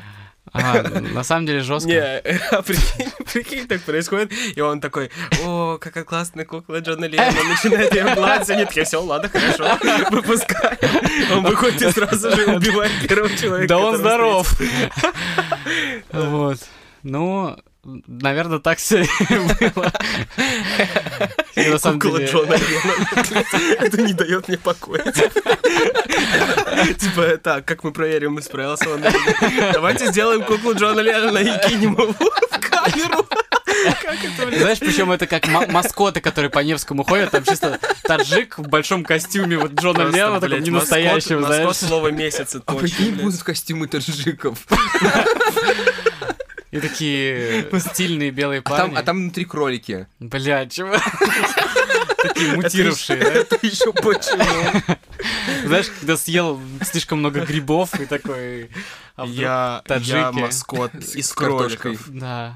Speaker 1: Ага, на самом деле
Speaker 3: Не,
Speaker 1: жестко.
Speaker 3: а прикинь, прикинь, так происходит, и он такой, о, какая классная кукла Джона Леннона, начинает ее гладить, они такие, все, ладно, хорошо, выпускай. Он выходит и сразу же убивает первого человека.
Speaker 1: Да он
Speaker 3: ну, которого
Speaker 1: здоров. Вот. Ну, наверное, так все было. И на самом
Speaker 3: Кукла
Speaker 1: деле-
Speaker 3: Джона Леннона. Это не дает мне покоя. Типа, так, как мы проверим, справился он. или нет? Давайте сделаем куклу Джона Леннона и кинем его в камеру. Как это, блин?
Speaker 1: Знаешь, причем это как ма- маскоты, которые по Невскому ходят, там чисто таджик в большом костюме вот Джона
Speaker 3: Просто,
Speaker 1: Леннона, таком
Speaker 3: блядь,
Speaker 1: не
Speaker 3: маскот-
Speaker 1: настоящего,
Speaker 3: маскот
Speaker 1: знаешь.
Speaker 3: слова месяца
Speaker 2: А
Speaker 3: точно,
Speaker 2: прикинь,
Speaker 3: блядь.
Speaker 2: будут костюмы таджиков.
Speaker 1: И такие стильные белые
Speaker 2: А там,
Speaker 1: парни.
Speaker 2: а там внутри кролики.
Speaker 1: Бля, чего? Такие мутировавшие,
Speaker 3: Это еще почему?
Speaker 1: да? Знаешь, когда съел слишком много грибов и такой... а вдруг-
Speaker 3: Я, я
Speaker 1: таджики?
Speaker 3: маскот из
Speaker 2: С картошкой.
Speaker 3: кроликов.
Speaker 1: Да.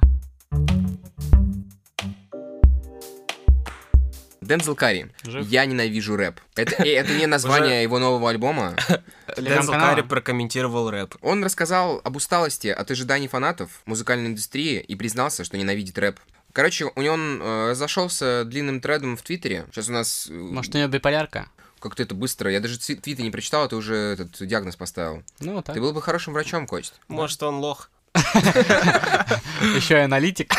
Speaker 2: Дензел Карри.
Speaker 1: Жив?
Speaker 2: Я ненавижу рэп. Это, э, это не название его нового альбома.
Speaker 3: Дензел
Speaker 1: Телеграм-канала?
Speaker 3: Карри прокомментировал рэп.
Speaker 2: Он рассказал об усталости от ожиданий фанатов музыкальной индустрии и признался, что ненавидит рэп. Короче, у него он э, разошелся длинным тредом в Твиттере. Сейчас у нас э,
Speaker 1: Может, у него биполярка?
Speaker 2: как-то это быстро. Я даже ци- твиты не прочитал, а ты уже этот диагноз поставил.
Speaker 1: Ну, вот так.
Speaker 2: Ты был бы хорошим врачом, Кость.
Speaker 3: Может, он лох.
Speaker 1: Еще и аналитик.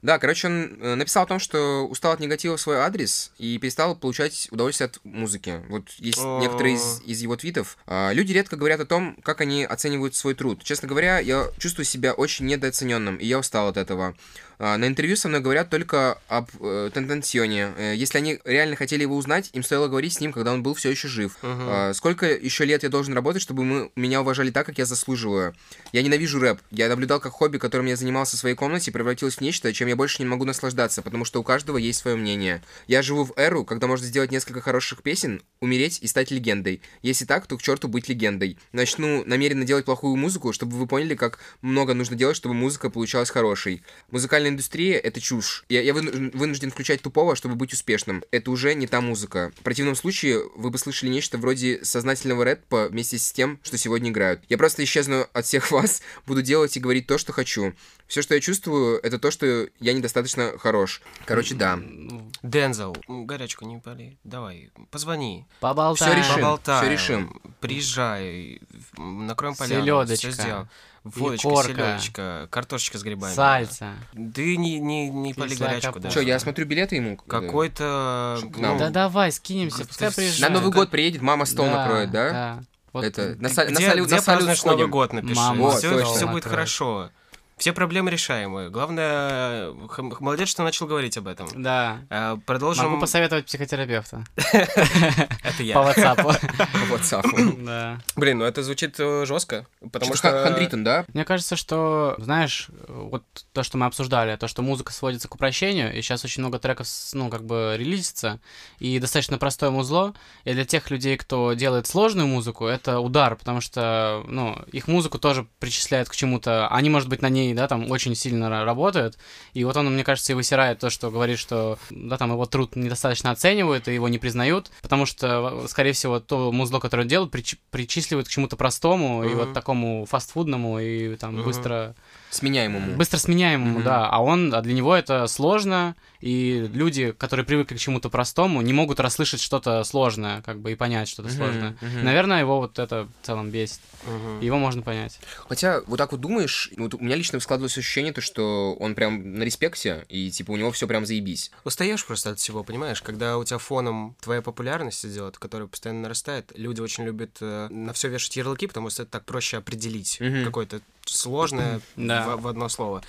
Speaker 2: Да, короче, он э, написал о том, что устал от негатива в свой адрес и перестал получать удовольствие от музыки. Вот есть
Speaker 3: О.
Speaker 2: некоторые из, из его твитов. А, люди редко говорят о том, как они оценивают свой труд. Честно говоря, я чувствую себя очень недооцененным, и я устал от этого. А, на интервью со мной говорят только об э, Тентенсионе. Э, если они реально хотели его узнать, им стоило говорить с ним, когда он был все еще жив.
Speaker 3: Мгм.
Speaker 2: А, сколько еще лет я должен работать, чтобы мы, меня уважали так, как я заслуживаю? Я ненавижу рэп. Я наблюдал, как хобби, которым я занимался в своей комнате, превратилось в нечто, чем я я больше не могу наслаждаться, потому что у каждого есть свое мнение. Я живу в эру, когда можно сделать несколько хороших песен, умереть и стать легендой. Если так, то к черту быть легендой. Начну намеренно делать плохую музыку, чтобы вы поняли, как много нужно делать, чтобы музыка получалась хорошей. Музыкальная индустрия — это чушь. Я, я выну- вынужден включать тупого, чтобы быть успешным. Это уже не та музыка. В противном случае вы бы слышали нечто вроде сознательного рэпа вместе с тем, что сегодня играют. Я просто исчезну от всех вас, буду делать и говорить то, что хочу. Все, что я чувствую, это то, что я недостаточно хорош. Короче, да.
Speaker 3: Дензел, м, горячку не пали. Давай, позвони.
Speaker 1: Поболтаем.
Speaker 2: Всё решим.
Speaker 3: поболтаем,
Speaker 2: всё решим.
Speaker 3: Приезжай, м, накроем поляну.
Speaker 1: Селёдочка,
Speaker 3: Все сделаем. Водочка,
Speaker 1: икорка,
Speaker 3: селёдочка, картошечка с грибами.
Speaker 1: Сальца.
Speaker 3: Ты не, не, не пали
Speaker 1: Кислая
Speaker 3: горячку
Speaker 1: капуста.
Speaker 3: даже.
Speaker 2: Че, я смотрю билеты ему?
Speaker 3: Какой-то...
Speaker 2: Чтоб к
Speaker 3: ну,
Speaker 2: нам.
Speaker 1: Да давай, скинемся,
Speaker 3: Как-то
Speaker 1: пускай
Speaker 3: с-
Speaker 2: На
Speaker 1: приезжает.
Speaker 2: Новый
Speaker 3: это-
Speaker 2: год приедет, мама стол
Speaker 1: Да,
Speaker 2: накроет, да?
Speaker 1: Вот
Speaker 2: Это на,
Speaker 3: Ты
Speaker 2: са- на
Speaker 3: где,
Speaker 2: салют,
Speaker 3: где
Speaker 2: на салют
Speaker 3: празднуешь
Speaker 2: сходим.
Speaker 3: Новый год, напиши.
Speaker 1: Мама,
Speaker 2: Вот,
Speaker 3: все,
Speaker 2: точно.
Speaker 1: Накрой.
Speaker 3: будет хорошо. Все проблемы решаемые. Главное, хм, молодец, что начал говорить об этом.
Speaker 1: Да.
Speaker 3: Э, Продолжим.
Speaker 1: Могу посоветовать психотерапевта.
Speaker 3: Это
Speaker 1: По
Speaker 3: я.
Speaker 1: WhatsApp.
Speaker 2: По WhatsApp.
Speaker 1: Да.
Speaker 3: Блин, ну это звучит
Speaker 2: э,
Speaker 3: жестко, потому
Speaker 2: Что-то
Speaker 3: что...
Speaker 2: ха- хандрит он, да?
Speaker 1: Мне кажется, что, знаешь, вот то, что мы обсуждали, то, что музыка сводится к упрощению, и сейчас очень много треков, с- ну, как бы релизится, и достаточно простое музло, и для тех людей, кто делает сложную музыку, это удар, потому что, ну, их музыку тоже причисляют к чему-то, они, может быть, на ней, да, там, очень сильно ра- работают, и вот он, мне кажется, и высирает то, что говорит, что, да, там, его труд недостаточно оценивают, и его не признают, потому что, э, скорее всего, то музло, которое он делает, прич- причисливают к чему-то простому, и
Speaker 3: Мгм.
Speaker 1: вот такому фастфудному, и там
Speaker 3: Мгм.
Speaker 1: быстро,
Speaker 2: Сменяемому.
Speaker 1: быстро сменяемому,
Speaker 2: Мгм.
Speaker 1: да. А он, а для него это сложно, и люди, которые привыкли к чему-то простому, не могут расслышать что-то сложное, как бы и понять что-то
Speaker 2: Мгм,
Speaker 1: сложное.
Speaker 2: мгм.
Speaker 1: Наверное, его вот это в целом бесит.
Speaker 3: Мгм.
Speaker 1: Его можно понять.
Speaker 2: Хотя, вот так вот думаешь, вот у меня лично складывалось ощущение, то, что он прям на респекте, и типа у него все прям заебись.
Speaker 3: Устаешь просто от всего, понимаешь? Когда у тебя фоном твоя популярность идет, которая постоянно нарастает, люди очень любят э, на все вешать ярлыки, потому что это так проще определить
Speaker 2: Мгм.
Speaker 3: какое-то сложное
Speaker 1: Да.
Speaker 3: в, в одно слово.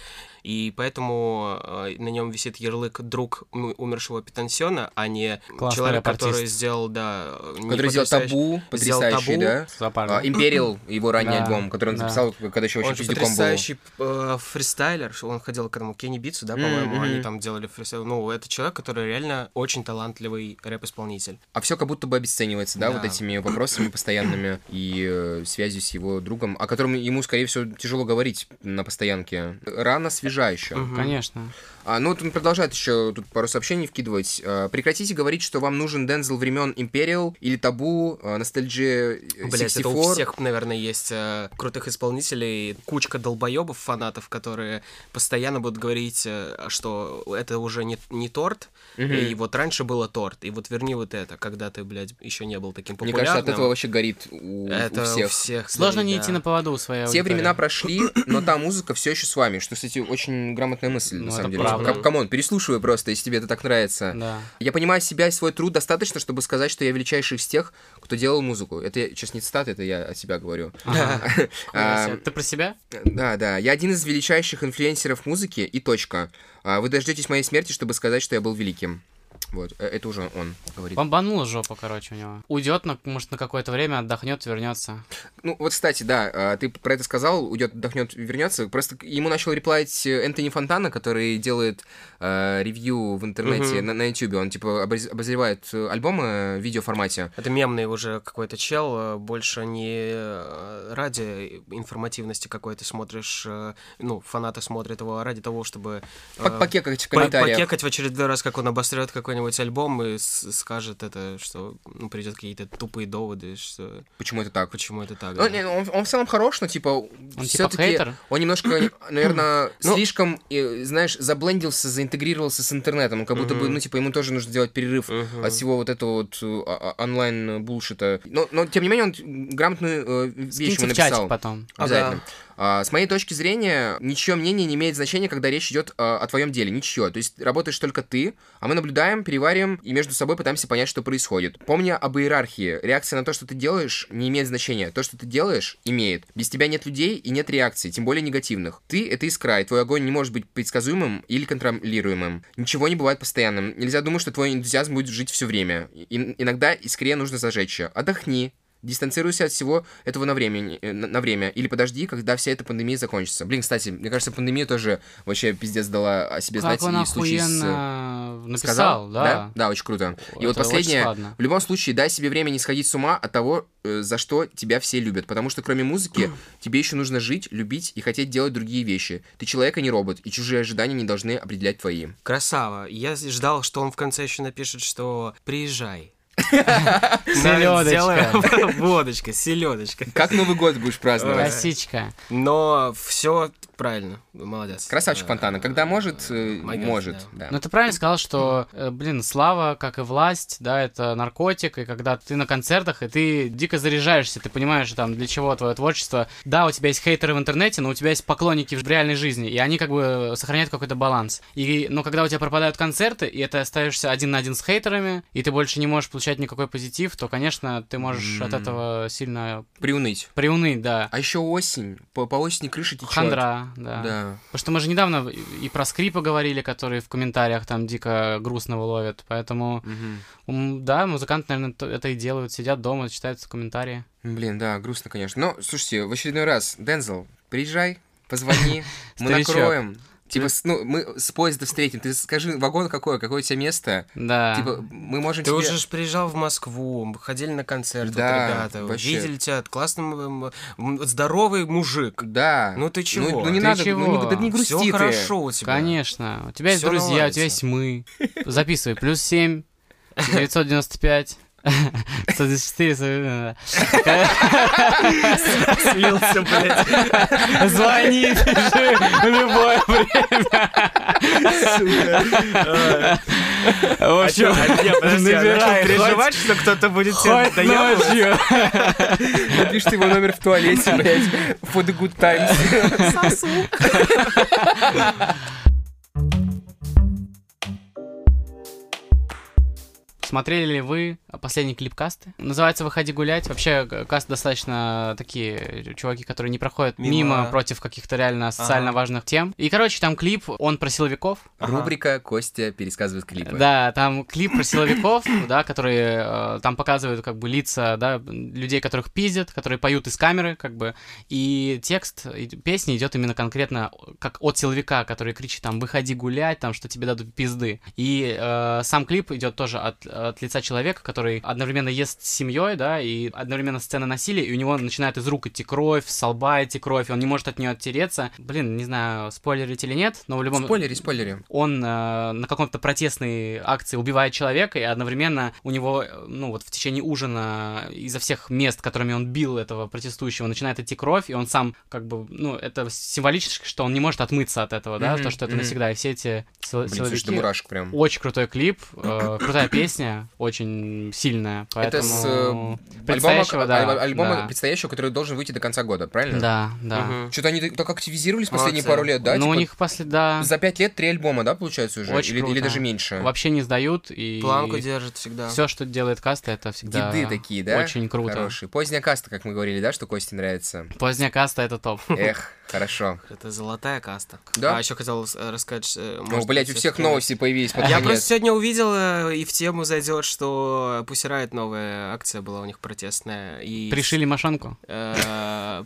Speaker 3: И поэтому э, на нем висит ярлык друг м- умершего питансиона, а не
Speaker 1: Классный
Speaker 3: человек,
Speaker 1: рэп-артист.
Speaker 3: который сделал, да, э, не
Speaker 2: Который сделал
Speaker 3: потрясающий-
Speaker 2: табу,
Speaker 3: сделал
Speaker 2: потрясающий,
Speaker 3: табу,
Speaker 2: да?
Speaker 1: Запарно.
Speaker 2: А, Империал, его ранний
Speaker 1: Да,
Speaker 2: альбом, который он
Speaker 1: да.
Speaker 2: записал, когда еще
Speaker 3: Он
Speaker 2: очень
Speaker 3: же
Speaker 2: пиздюком был.
Speaker 3: потрясающий э, фристайлер, что он ходил к этому Кенни Битсу, да, по-моему,
Speaker 2: Мгм, мгм.
Speaker 3: они там делали фристайл. Ну, это человек, который реально очень талантливый рэп-исполнитель.
Speaker 2: А все как будто бы обесценивается, да,
Speaker 3: Да.
Speaker 2: вот этими вопросами постоянными и э, связью с его другом, о котором ему, скорее всего, тяжело говорить на постоянке. Рана свежа еще.
Speaker 3: Мгм.
Speaker 1: Конечно.
Speaker 2: А, ну вот он продолжает еще тут пару сообщений вкидывать. А, прекратите говорить, что вам нужен Дензел времен Империал или Табу, а, Ностальджия э,
Speaker 3: Блять, это
Speaker 2: 64.
Speaker 3: у всех, наверное, есть э, крутых исполнителей, кучка долбоебов, фанатов, которые постоянно будут говорить, э, что это уже не, не торт,
Speaker 2: Мгм.
Speaker 3: и вот раньше было торт, и вот верни вот это, когда ты, блядь, еще не был таким
Speaker 2: Мне
Speaker 3: популярным.
Speaker 2: кажется, от этого вообще горит у, у
Speaker 3: это
Speaker 2: всех.
Speaker 1: Сложно
Speaker 3: горит,
Speaker 1: не
Speaker 3: да.
Speaker 1: идти на поводу у своей
Speaker 2: Те
Speaker 1: аудитории.
Speaker 2: времена прошли, но та музыка все еще с вами, что, кстати, очень грамотная мысль,
Speaker 1: Ну,
Speaker 2: на
Speaker 1: это
Speaker 2: самом деле.
Speaker 1: правда.
Speaker 2: Кам- Камон, переслушивай просто, если тебе это так нравится.
Speaker 1: Да.
Speaker 2: Я понимаю себя и свой труд достаточно, чтобы сказать, что я величайший из тех, кто делал музыку. Это я- сейчас не цитата, это я от себя говорю.
Speaker 1: Ага.
Speaker 2: А,
Speaker 1: Хуя себе. Ты про себя?
Speaker 2: Да, да. Я один из величайших инфлюенсеров музыки и точка. А Вы дождетесь моей смерти, чтобы сказать, что я был великим. Вот, э, это уже он говорит.
Speaker 1: Бомбанула жопа, короче, у него. Уйдет, на, может, на какое-то время отдохнет, вернется.
Speaker 2: Ну, вот, кстати, да, а, ты про это сказал, уйдет, отдохнет, вернется. Просто к- ему начал реплаить э, Энтони Фонтана, который делает э, ревью в интернете
Speaker 3: Мгм.
Speaker 2: на, на YouTube. Он, типа, обоз- обозревает э, альбомы в видеоформате.
Speaker 3: Это мемный уже какой-то чел, э, больше не э, ради информативности какой ты смотришь, э, ну, фанаты смотрят его, а ради того, чтобы... э,
Speaker 2: Пок- Покекать в
Speaker 3: По-
Speaker 2: комментариях.
Speaker 3: Покекать в очередной раз, как он обострет какой-нибудь альбом и с- скажет это, что ну, придет какие-то тупые доводы, что
Speaker 2: Почему это так?
Speaker 3: почему это так.
Speaker 2: Ну,
Speaker 3: да.
Speaker 2: не, Он, он в целом хорош, но типа
Speaker 1: типа
Speaker 2: все-таки
Speaker 1: хейтер?
Speaker 2: он немножко, наверное,
Speaker 3: Ну-
Speaker 2: слишком, э, знаешь, заблендился, заинтегрировался с интернетом, Он как будто бы,
Speaker 3: Мгм.
Speaker 2: ну типа ему тоже нужно делать перерыв
Speaker 3: Мгм.
Speaker 2: от всего вот этого вот э, а- а- онлайн булшита. Но, но тем не менее он грамотную э, вещь
Speaker 1: Скиньте
Speaker 2: ему
Speaker 1: в чатик
Speaker 2: написал.
Speaker 1: потом.
Speaker 2: Обязательно.
Speaker 3: Ага.
Speaker 2: А, с моей точки зрения, ничье мнение не имеет значения, когда речь идет а, о твоем деле. Ничье. То есть работаешь только ты, а мы наблюдаем, перевариваем и между собой пытаемся понять, что происходит. Помни об иерархии. Реакция на то, что ты делаешь, не имеет значения. То, что ты делаешь, имеет. Без тебя нет людей и нет реакций, тем более негативных. Ты — это искра, и твой огонь не может быть предсказуемым или контролируемым. Ничего не бывает постоянным. Нельзя думать, что твой энтузиазм будет жить все время. И- иногда искре нужно зажечь. её. Отдохни, дистанцируйся от всего этого на время, э, на, на время. Или подожди, когда вся эта пандемия закончится. Блин, кстати, мне кажется, пандемия тоже вообще пиздец дала о себе
Speaker 1: Как
Speaker 2: знать.
Speaker 1: он
Speaker 2: и случай с...
Speaker 1: охуенно
Speaker 2: э, Сказал?
Speaker 1: написал, да.
Speaker 2: Да, очень круто. И
Speaker 1: Это
Speaker 2: вот
Speaker 1: очень
Speaker 2: последнее.
Speaker 1: складно.
Speaker 2: В любом случае, дай себе время не сходить с ума от того, э, за что тебя все любят. Потому что кроме музыки, тебе еще нужно жить, любить и хотеть делать другие вещи. Ты человек, а не робот, и чужие ожидания не должны определять твои.
Speaker 3: Красава. Я с- ждал, что он в конце еще напишет, что приезжай.
Speaker 1: Селёдочка.
Speaker 3: Сделаем Водочка, селедочка.
Speaker 2: Как Новый год будешь праздновать?
Speaker 1: Косичка.
Speaker 3: Но все правильно. Молодец.
Speaker 2: Красавчик
Speaker 3: Э,
Speaker 2: Фонтана. Когда может, э,
Speaker 3: могёт,
Speaker 2: может.
Speaker 3: да.
Speaker 2: да.
Speaker 1: Ну, ты правильно сказал, что, э, блин, слава, как и власть, да, это наркотик, и когда ты на концертах, и ты дико заряжаешься, ты понимаешь, там, для чего твое творчество. Да, у тебя есть хейтеры в интернете, но у тебя есть поклонники в реальной жизни, и они как бы э, сохраняют какой-то баланс. И, но когда у тебя пропадают концерты, и ты остаешься один на один с хейтерами, и ты больше не можешь получать никакой позитив, то, конечно, ты можешь
Speaker 2: М.
Speaker 1: от этого сильно
Speaker 2: Приуныть.
Speaker 1: приуныть, да.
Speaker 2: А еще осень. По, по осени крыша течет.
Speaker 1: Хандра, да.
Speaker 2: Да.
Speaker 1: Потому что мы же недавно и про скрипы говорили, которые в комментариях там дико грустного ловят. Поэтому,
Speaker 2: Мгм.
Speaker 1: м, да, музыканты, наверное, это и делают. Сидят дома, читают комментарии.
Speaker 2: Блин, да, грустно, конечно. Но, слушайте, в очередной раз, Дензел, приезжай, позвони, мы
Speaker 1: Старичок.
Speaker 2: накроем. Типа, с- ну, мы с поезда встретим. Ты скажи, вагон какой, какое у тебя место?
Speaker 1: Да.
Speaker 2: Типа, мы можем
Speaker 3: Ты
Speaker 2: тебе-
Speaker 3: уже ж приезжал в Москву, мы ходили на концерт,
Speaker 2: Да,
Speaker 3: вот ребята,
Speaker 2: вообще.
Speaker 3: видели тебя, классный, м, м, здоровый мужик.
Speaker 2: Да.
Speaker 3: Ну ты чего?
Speaker 2: Ну, ну не
Speaker 1: Ты
Speaker 2: надо, ну
Speaker 1: чего?
Speaker 2: не, да не грусти
Speaker 3: Все
Speaker 2: ты.
Speaker 3: хорошо у тебя.
Speaker 1: Конечно. У тебя есть
Speaker 3: Всё
Speaker 1: друзья, у
Speaker 3: наладится.
Speaker 1: тебя есть мы. Записывай. Плюс 7, 995. 194.
Speaker 3: Слился, блядь.
Speaker 1: Звони, пиши в любое
Speaker 3: Э,
Speaker 1: время. В
Speaker 3: а
Speaker 1: общем, набирай хоть-
Speaker 3: переживать, что кто-то будет
Speaker 1: хоть ночью.
Speaker 2: Напишите его номер в туалете, блядь. For the good times.
Speaker 1: Смотрели ли вы последний клип касты? Называется «Выходи гулять». Вообще, э, каст достаточно такие э, чуваки, которые не проходят мимо,
Speaker 3: Мимо.
Speaker 1: против каких-то реально социально
Speaker 3: Ага.
Speaker 1: важных тем. И, короче, там клип, он про силовиков.
Speaker 3: Ага.
Speaker 2: Рубрика «Костя пересказывает клипы».
Speaker 1: Да, там клип про силовиков, да, которые э, там показывают как бы лица, да, людей, которых пиздят, которые поют из камеры, как бы, и текст и песни идет именно конкретно как от силовика, который кричит там «выходи гулять», там, что тебе дадут пизды. И э, сам клип идет тоже от, от лица человека, который одновременно ест с семьей, да, и одновременно сцена насилия, и у него начинает из рук идти кровь, с лба идти кровь, и он не может от нее оттереться. Блин, не знаю, спойлерить или нет, но в любом...
Speaker 2: Спойлери, спойлери.
Speaker 1: он э, на каком-то протестной акции убивает человека, и одновременно у него, э, ну вот в течение ужина изо всех мест, которыми он бил этого протестующего, начинает идти кровь, и он сам как бы, ну это символически, что он не может отмыться от этого, да,
Speaker 2: Мгм,
Speaker 1: то, что это
Speaker 2: мгм.
Speaker 1: навсегда, и все эти сил-
Speaker 2: Блин, слушай,
Speaker 1: силовики...
Speaker 2: ты мурашек прям.
Speaker 1: Очень крутой клип, э, крутая песня, очень сильная,
Speaker 2: Это с э,
Speaker 1: поэтому...
Speaker 2: альбома,
Speaker 1: предстоящего, да,
Speaker 2: аль- альбома
Speaker 1: да.
Speaker 2: предстоящего, который должен выйти до конца года, правильно?
Speaker 1: Да, да.
Speaker 3: Мгм.
Speaker 2: Что-то они так- так активизировались последние
Speaker 3: Молодцы.
Speaker 2: пару лет, да?
Speaker 1: Но у
Speaker 2: Типа,
Speaker 1: них после, да,
Speaker 2: За пять лет три альбома, да, получается уже?
Speaker 1: Очень
Speaker 2: или, или
Speaker 1: круто.
Speaker 2: даже меньше.
Speaker 1: вообще не сдают, и...
Speaker 3: Планку держит всегда.
Speaker 1: Все, что делает каста, это всегда
Speaker 2: Деды такие, да?
Speaker 1: очень круто.
Speaker 2: Хорошие. Поздняя каста, как мы говорили, да, что Косте нравится.
Speaker 1: Поздняя каста это топ.
Speaker 2: Эх, хорошо.
Speaker 3: Это золотая каста.
Speaker 2: Да?
Speaker 3: А еще хотел э, рассказать, что, э,
Speaker 2: Ну,
Speaker 3: может
Speaker 2: блядь, у
Speaker 3: быть,
Speaker 2: всех
Speaker 3: всё-таки-
Speaker 2: новости появились под
Speaker 3: Я
Speaker 2: конец.
Speaker 3: просто сегодня увидел э, и в тему зайдет, что Пусирает новая акция была у них протестная. И
Speaker 1: Пришили мошонку.
Speaker 3: э,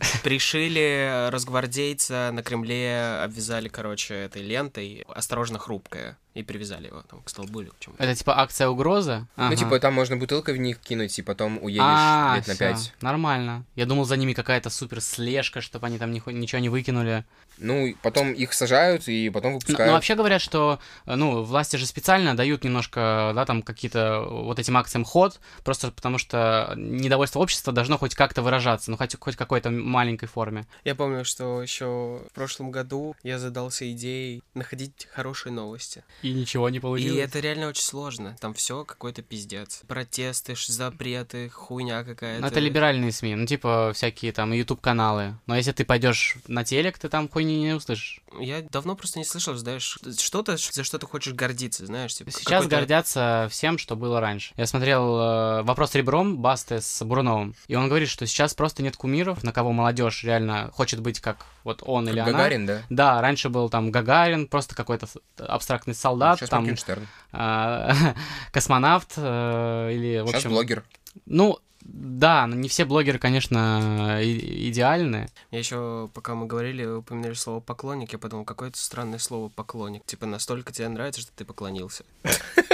Speaker 3: пришили разгвардейца на Кремле, обвязали, короче, этой лентой, осторожно хрупкая, и привязали его там к столбу или к чему.
Speaker 1: Это типа акция угроза.
Speaker 2: Ну,
Speaker 1: Ага.
Speaker 2: типа, там можно бутылкой в них кинуть, и потом уедешь
Speaker 1: А,
Speaker 2: лет на
Speaker 1: всё,
Speaker 2: пять.
Speaker 1: Нормально. Я думал, за ними какая-то супер слежка, чтобы они там ниху- ничего не выкинули.
Speaker 2: Ну, и потом их сажают, и потом
Speaker 1: Ну,
Speaker 2: выпускают.
Speaker 1: ну, вообще говорят, что э, ну, власти же специально дают немножко, да, там какие-то э, вот этим акциям ход, просто потому что недовольство общества должно хоть как-то выражаться, ну хоть, хоть какой-то маленькой форме.
Speaker 3: Я помню, что еще в прошлом году я задался идеей находить хорошие новости.
Speaker 1: И ничего не
Speaker 3: И это реально очень сложно. Там все какой-то пиздец. Протесты, ш- запреты, хуйня какая-то.
Speaker 1: Ну, это либеральные СМИ, ну, типа всякие там YouTube-каналы. Но если ты пойдешь на телек, ты там хуйни не услышишь.
Speaker 3: Я давно просто не слышал, знаешь, что-то, ш- за что ты хочешь гордиться, знаешь, типа.
Speaker 1: Сейчас
Speaker 3: какой-то-
Speaker 1: гордятся всем, что было раньше. Я смотрел э, «Вопрос ребром» Басты с Бурновым, и он говорит, что сейчас просто нет кумиров, на кого молодежь реально хочет быть, как вот он
Speaker 2: Как
Speaker 1: или она.
Speaker 2: Гагарин, да?
Speaker 1: Да, раньше был там Гагарин, просто какой-то с- абстрактный солдат,
Speaker 2: Сейчас
Speaker 1: там
Speaker 2: Моргенштерн.
Speaker 1: э, космонавт э, или, в
Speaker 2: Сейчас
Speaker 1: общем...
Speaker 2: блогер.
Speaker 1: Ну, Да, но не все блогеры, конечно, и- идеальны.
Speaker 3: Я еще, пока мы говорили, упомянули слово поклонник, я подумал, какое это странное слово поклонник. Типа настолько тебе нравится, что ты поклонился.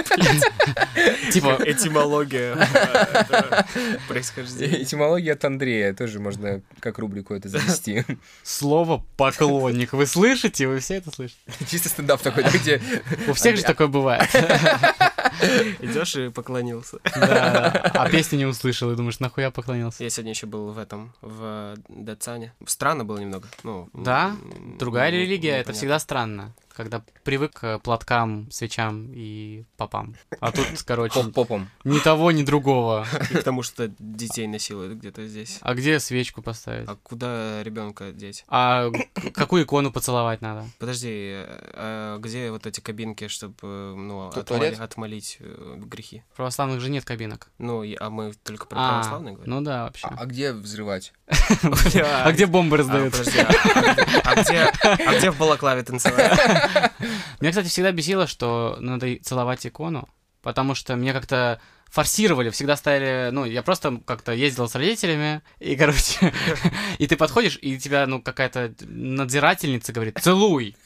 Speaker 1: Типа,
Speaker 3: Этимология этого происхождения.
Speaker 2: Этимология от Андрея тоже можно как рубрику это завести.
Speaker 1: слово поклонник. Вы слышите? Вы все это слышите?
Speaker 2: Чисто стендап такой, да, где
Speaker 1: У всех
Speaker 2: а
Speaker 1: же такое бывает.
Speaker 3: Идешь и поклонился.
Speaker 1: Да, А песню не услышал и думаешь, нахуя поклонился?
Speaker 3: Я сегодня еще был в этом, в Дацане. Странно было немного. Ну,
Speaker 1: Да?
Speaker 3: м,
Speaker 1: Другая
Speaker 3: м,
Speaker 1: религия, это
Speaker 3: Ну, непонятно.
Speaker 1: всегда странно. Когда привык к платкам, свечам и попам. А тут, короче,
Speaker 2: поп- попом.
Speaker 1: ни того, ни другого.
Speaker 3: И к тому, что детей насилуют где-то здесь.
Speaker 1: А где свечку поставить?
Speaker 3: А куда ребенка деть?
Speaker 1: А какую икону поцеловать надо?
Speaker 3: Подожди, а где вот эти кабинки, чтобы ну,
Speaker 2: Ту-
Speaker 3: отмоли-
Speaker 2: туалет?
Speaker 3: отмолить э, грехи?
Speaker 1: В православных же нет кабинок.
Speaker 3: Ну, и- а мы только про
Speaker 1: А,
Speaker 3: православные говорим.
Speaker 1: Ну да, вообще.
Speaker 2: А а где взрывать?
Speaker 1: А где бомбы
Speaker 3: А,
Speaker 1: раздают?
Speaker 3: подожди, а, а где, а где в балаклаве танцевать?
Speaker 1: Меня, кстати, всегда бесило, что надо и целовать икону, потому что мне как-то форсировали, всегда стояли, ну, я просто как-то ездил с родителями, и, короче, и ты подходишь, и тебя, ну, какая-то надзирательница говорит, целуй,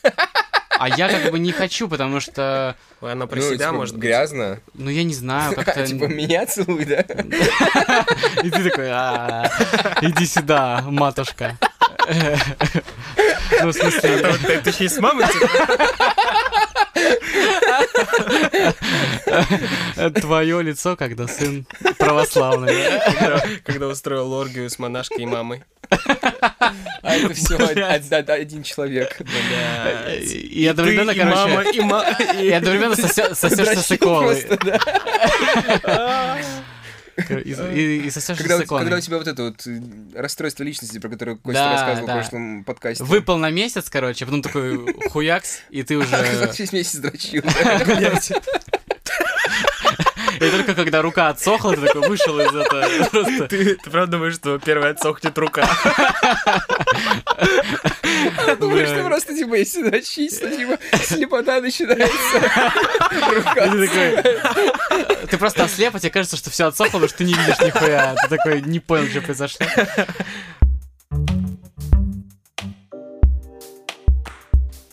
Speaker 1: а я как бы не хочу, потому что,
Speaker 3: Ой, Она про
Speaker 2: Ну,
Speaker 3: себя
Speaker 2: типа,
Speaker 3: может быть.
Speaker 2: Грязно.
Speaker 1: ну, я не знаю, как-то...
Speaker 2: Типа меня целуй, да?
Speaker 1: И ты такой, «А, иди сюда, матушка. Ну, в смысле,
Speaker 3: Вот Ты ты еще и с мамой? типа?
Speaker 1: твое лицо, когда сын православный.
Speaker 3: Когда- Когда устроил оргию с монашкой и мамой.
Speaker 2: А это все
Speaker 1: Блядь.
Speaker 2: один человек.
Speaker 3: Бля.
Speaker 1: И я одновременно,
Speaker 3: Ты и мама,
Speaker 1: короче...
Speaker 3: и ма-
Speaker 1: И одновременно сосё- сосёшься с иколой.
Speaker 2: Дрочил просто, да.
Speaker 1: И, и- и сосёшься
Speaker 2: Когда у
Speaker 1: с
Speaker 2: тебя- когда у
Speaker 1: иконой.
Speaker 2: тебя вот это вот э, расстройство личности, про которое Костя
Speaker 1: Да,
Speaker 2: рассказывал в
Speaker 1: да.
Speaker 2: прошлом подкасте.
Speaker 1: Выпал на месяц, короче, потом такой хуякс, и ты уже...
Speaker 2: Через месяц дрочил.
Speaker 1: Блядь. И только когда рука отсохла, ты такой вышел из этого. Просто
Speaker 3: Ты ты правда думаешь, что первая отсохнет рука?
Speaker 2: Думаешь,
Speaker 1: Бля.
Speaker 2: что просто, типа, если дрочить, то, типа, слепота начинается. Рука.
Speaker 1: ты такой... Ты просто ослеп, а тебе кажется, что все отсохло, потому что ты не видишь нихуя. Ты такой, не понял, что произошло.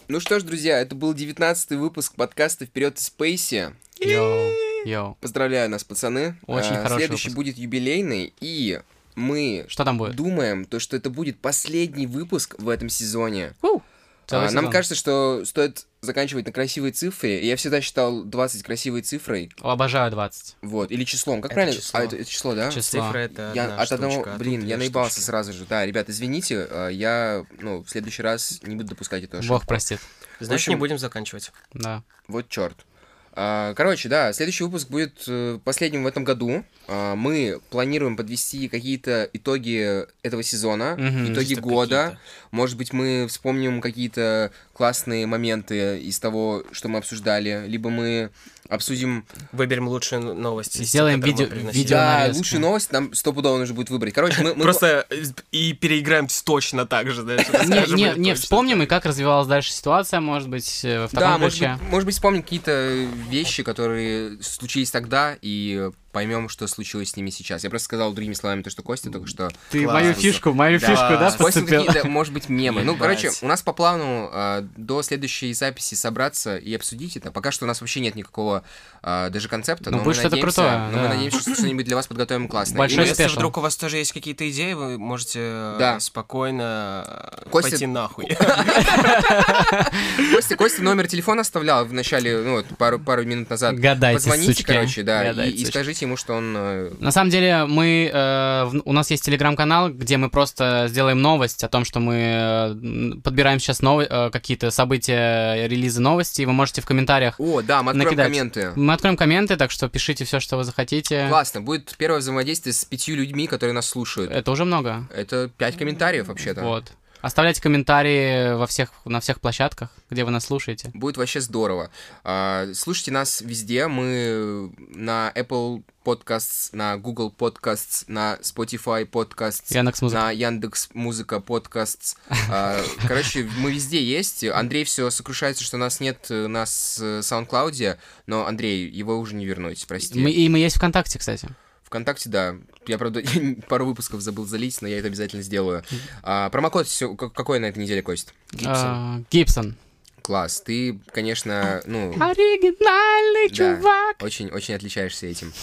Speaker 2: Ну что ж, друзья, это был 19 выпуск подкаста «Вперед из Спейси».
Speaker 1: Йоу, йоу.
Speaker 2: Поздравляю нас, пацаны.
Speaker 1: Очень
Speaker 2: А,
Speaker 1: хороший
Speaker 2: Следующий
Speaker 1: выпуск.
Speaker 2: будет юбилейный, и мы
Speaker 1: Что там будет?
Speaker 2: думаем, то, что это будет последний выпуск в этом сезоне.
Speaker 1: Целый
Speaker 2: А, Нам
Speaker 1: сезон.
Speaker 2: кажется, что стоит заканчивать на красивой цифре. Я всегда считал 20 красивой цифрой.
Speaker 1: Обожаю 20.
Speaker 2: Вот. Или числом. Как
Speaker 3: Это
Speaker 2: правильно?
Speaker 3: число.
Speaker 2: А, это, это число, да?
Speaker 1: Число.
Speaker 3: Цифра это
Speaker 2: Я
Speaker 3: одна
Speaker 2: от одного,
Speaker 3: штучка, а
Speaker 2: блин,
Speaker 3: тут
Speaker 2: я
Speaker 3: две
Speaker 2: наебался
Speaker 3: штучки.
Speaker 2: сразу же. Да, ребят, извините, э, я, ну, в следующий раз не буду допускать эту ошибку.
Speaker 1: Бог простит.
Speaker 3: Значит,
Speaker 2: общем-
Speaker 3: не будем заканчивать.
Speaker 1: Да.
Speaker 2: Вот черт. Короче, да, следующий выпуск будет э, последним в этом году. А, Мы планируем подвести какие-то итоги этого сезона,
Speaker 1: Мгм.
Speaker 2: итоги
Speaker 3: Чисто
Speaker 2: года.
Speaker 3: какие-то.
Speaker 2: Может быть, мы вспомним какие-то классные моменты из того, что мы обсуждали, либо мы обсудим...
Speaker 3: Выберем лучшие новости. из
Speaker 1: Сделаем
Speaker 3: тех, которые мы
Speaker 1: видео-
Speaker 3: приносили.
Speaker 1: видео-
Speaker 2: Да,
Speaker 1: нарезки.
Speaker 2: лучшую новость нам стопудово нужно будет выбрать. Короче, мы... мы-
Speaker 3: Просто и переиграем точно так же, знаешь.
Speaker 1: Не,
Speaker 3: расскажем,
Speaker 1: не,
Speaker 3: блин,
Speaker 1: не
Speaker 3: точно.
Speaker 1: вспомним, и как развивалась дальше ситуация, может быть, э, в
Speaker 2: Да,
Speaker 1: таком
Speaker 2: может
Speaker 1: ключе.
Speaker 2: быть, может быть, вспомним какие-то вещи, которые случились тогда, и поймем, что случилось с ними сейчас. Я просто сказал другими словами то, что Костя только что
Speaker 1: Ты
Speaker 3: Класс.
Speaker 1: мою фишку, мою
Speaker 2: Да.
Speaker 1: фишку, да,
Speaker 3: Класс.
Speaker 2: Спросим
Speaker 1: подцепил?
Speaker 2: А какие-то, может быть, мемы. Ну,
Speaker 3: Ебать.
Speaker 2: короче, у нас по плану а, до следующей записи собраться и обсудить это. Пока что у нас вообще нет никакого а, даже концепта.
Speaker 1: Ну,
Speaker 2: но
Speaker 1: будет
Speaker 2: мы
Speaker 1: что-то
Speaker 2: надеемся-
Speaker 1: крутое,
Speaker 2: Но мы
Speaker 1: да.
Speaker 2: надеемся, что что-нибудь для вас подготовим классное.
Speaker 3: И
Speaker 1: Большой
Speaker 2: Или-
Speaker 1: спец-
Speaker 3: Ну, если
Speaker 1: спешл.
Speaker 3: вдруг у вас тоже есть какие-то идеи, вы можете
Speaker 2: Да.
Speaker 3: э, спокойно э,
Speaker 2: Костя-
Speaker 3: пойти нахуй.
Speaker 2: Костя, Костя номер телефона оставлял в начале, ну, вот, пару, пару минут назад.
Speaker 1: Гадайте,
Speaker 2: Позвоните,
Speaker 1: сучки.
Speaker 2: короче, да, и-
Speaker 1: Гадайте,
Speaker 2: и,
Speaker 1: сучки.
Speaker 2: скажите ему, что он... э,
Speaker 1: На самом деле, мы, э, в- у нас есть телеграм-канал, где мы просто сделаем новость о том, что мы э, м, подбираем сейчас ново- э, какие-то события, релизы новости, и вы можете в комментариях...
Speaker 2: О, да, мы откроем
Speaker 1: Накидать.
Speaker 2: комменты.
Speaker 1: Мы откроем комменты, так что пишите все, что вы захотите.
Speaker 2: Классно, будет первое взаимодействие с пятью людьми, которые нас слушают.
Speaker 1: Это уже много.
Speaker 2: Это пять комментариев вообще-то.
Speaker 1: Э, Вот. Оставляйте комментарии во всех, на всех площадках, где вы нас слушаете.
Speaker 2: Будет вообще здорово. А, Слушайте нас везде. Мы на Apple Podcasts, на Google Podcasts, на Spotify Podcasts,
Speaker 1: Яндекс.Музыка.
Speaker 2: на Яндекс Музыка Podcasts. А, Короче, мы везде есть. Андрей все сокрушается, что нас нет э, на с- SoundCloud, но Андрей, его уже не вернуть, прости.
Speaker 1: Мы- и мы есть ВКонтакте, кстати.
Speaker 2: ВКонтакте, да. Я, правда, пару выпусков забыл залить, но я это обязательно сделаю. А, промокод всё- к- какой на этой неделе, Кость?
Speaker 1: А, Гибсон.
Speaker 2: Класс. Ты, конечно, ну...
Speaker 1: А Оригинальный
Speaker 2: Да.
Speaker 1: чувак.
Speaker 2: Очень, очень отличаешься этим.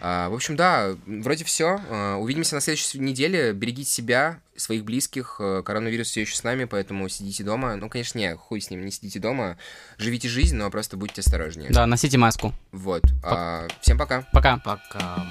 Speaker 2: А, в общем, да, вроде все. увидимся на следующей неделе. Берегите себя, своих близких. Э, Коронавирус все еще с нами, поэтому сидите дома. Ну, конечно, не, хуй с ним, не сидите дома. Живите жизнь, но просто будьте осторожнее.
Speaker 1: Да, носите маску.
Speaker 2: Вот. А, всем пока.
Speaker 1: Пока.
Speaker 3: Пока.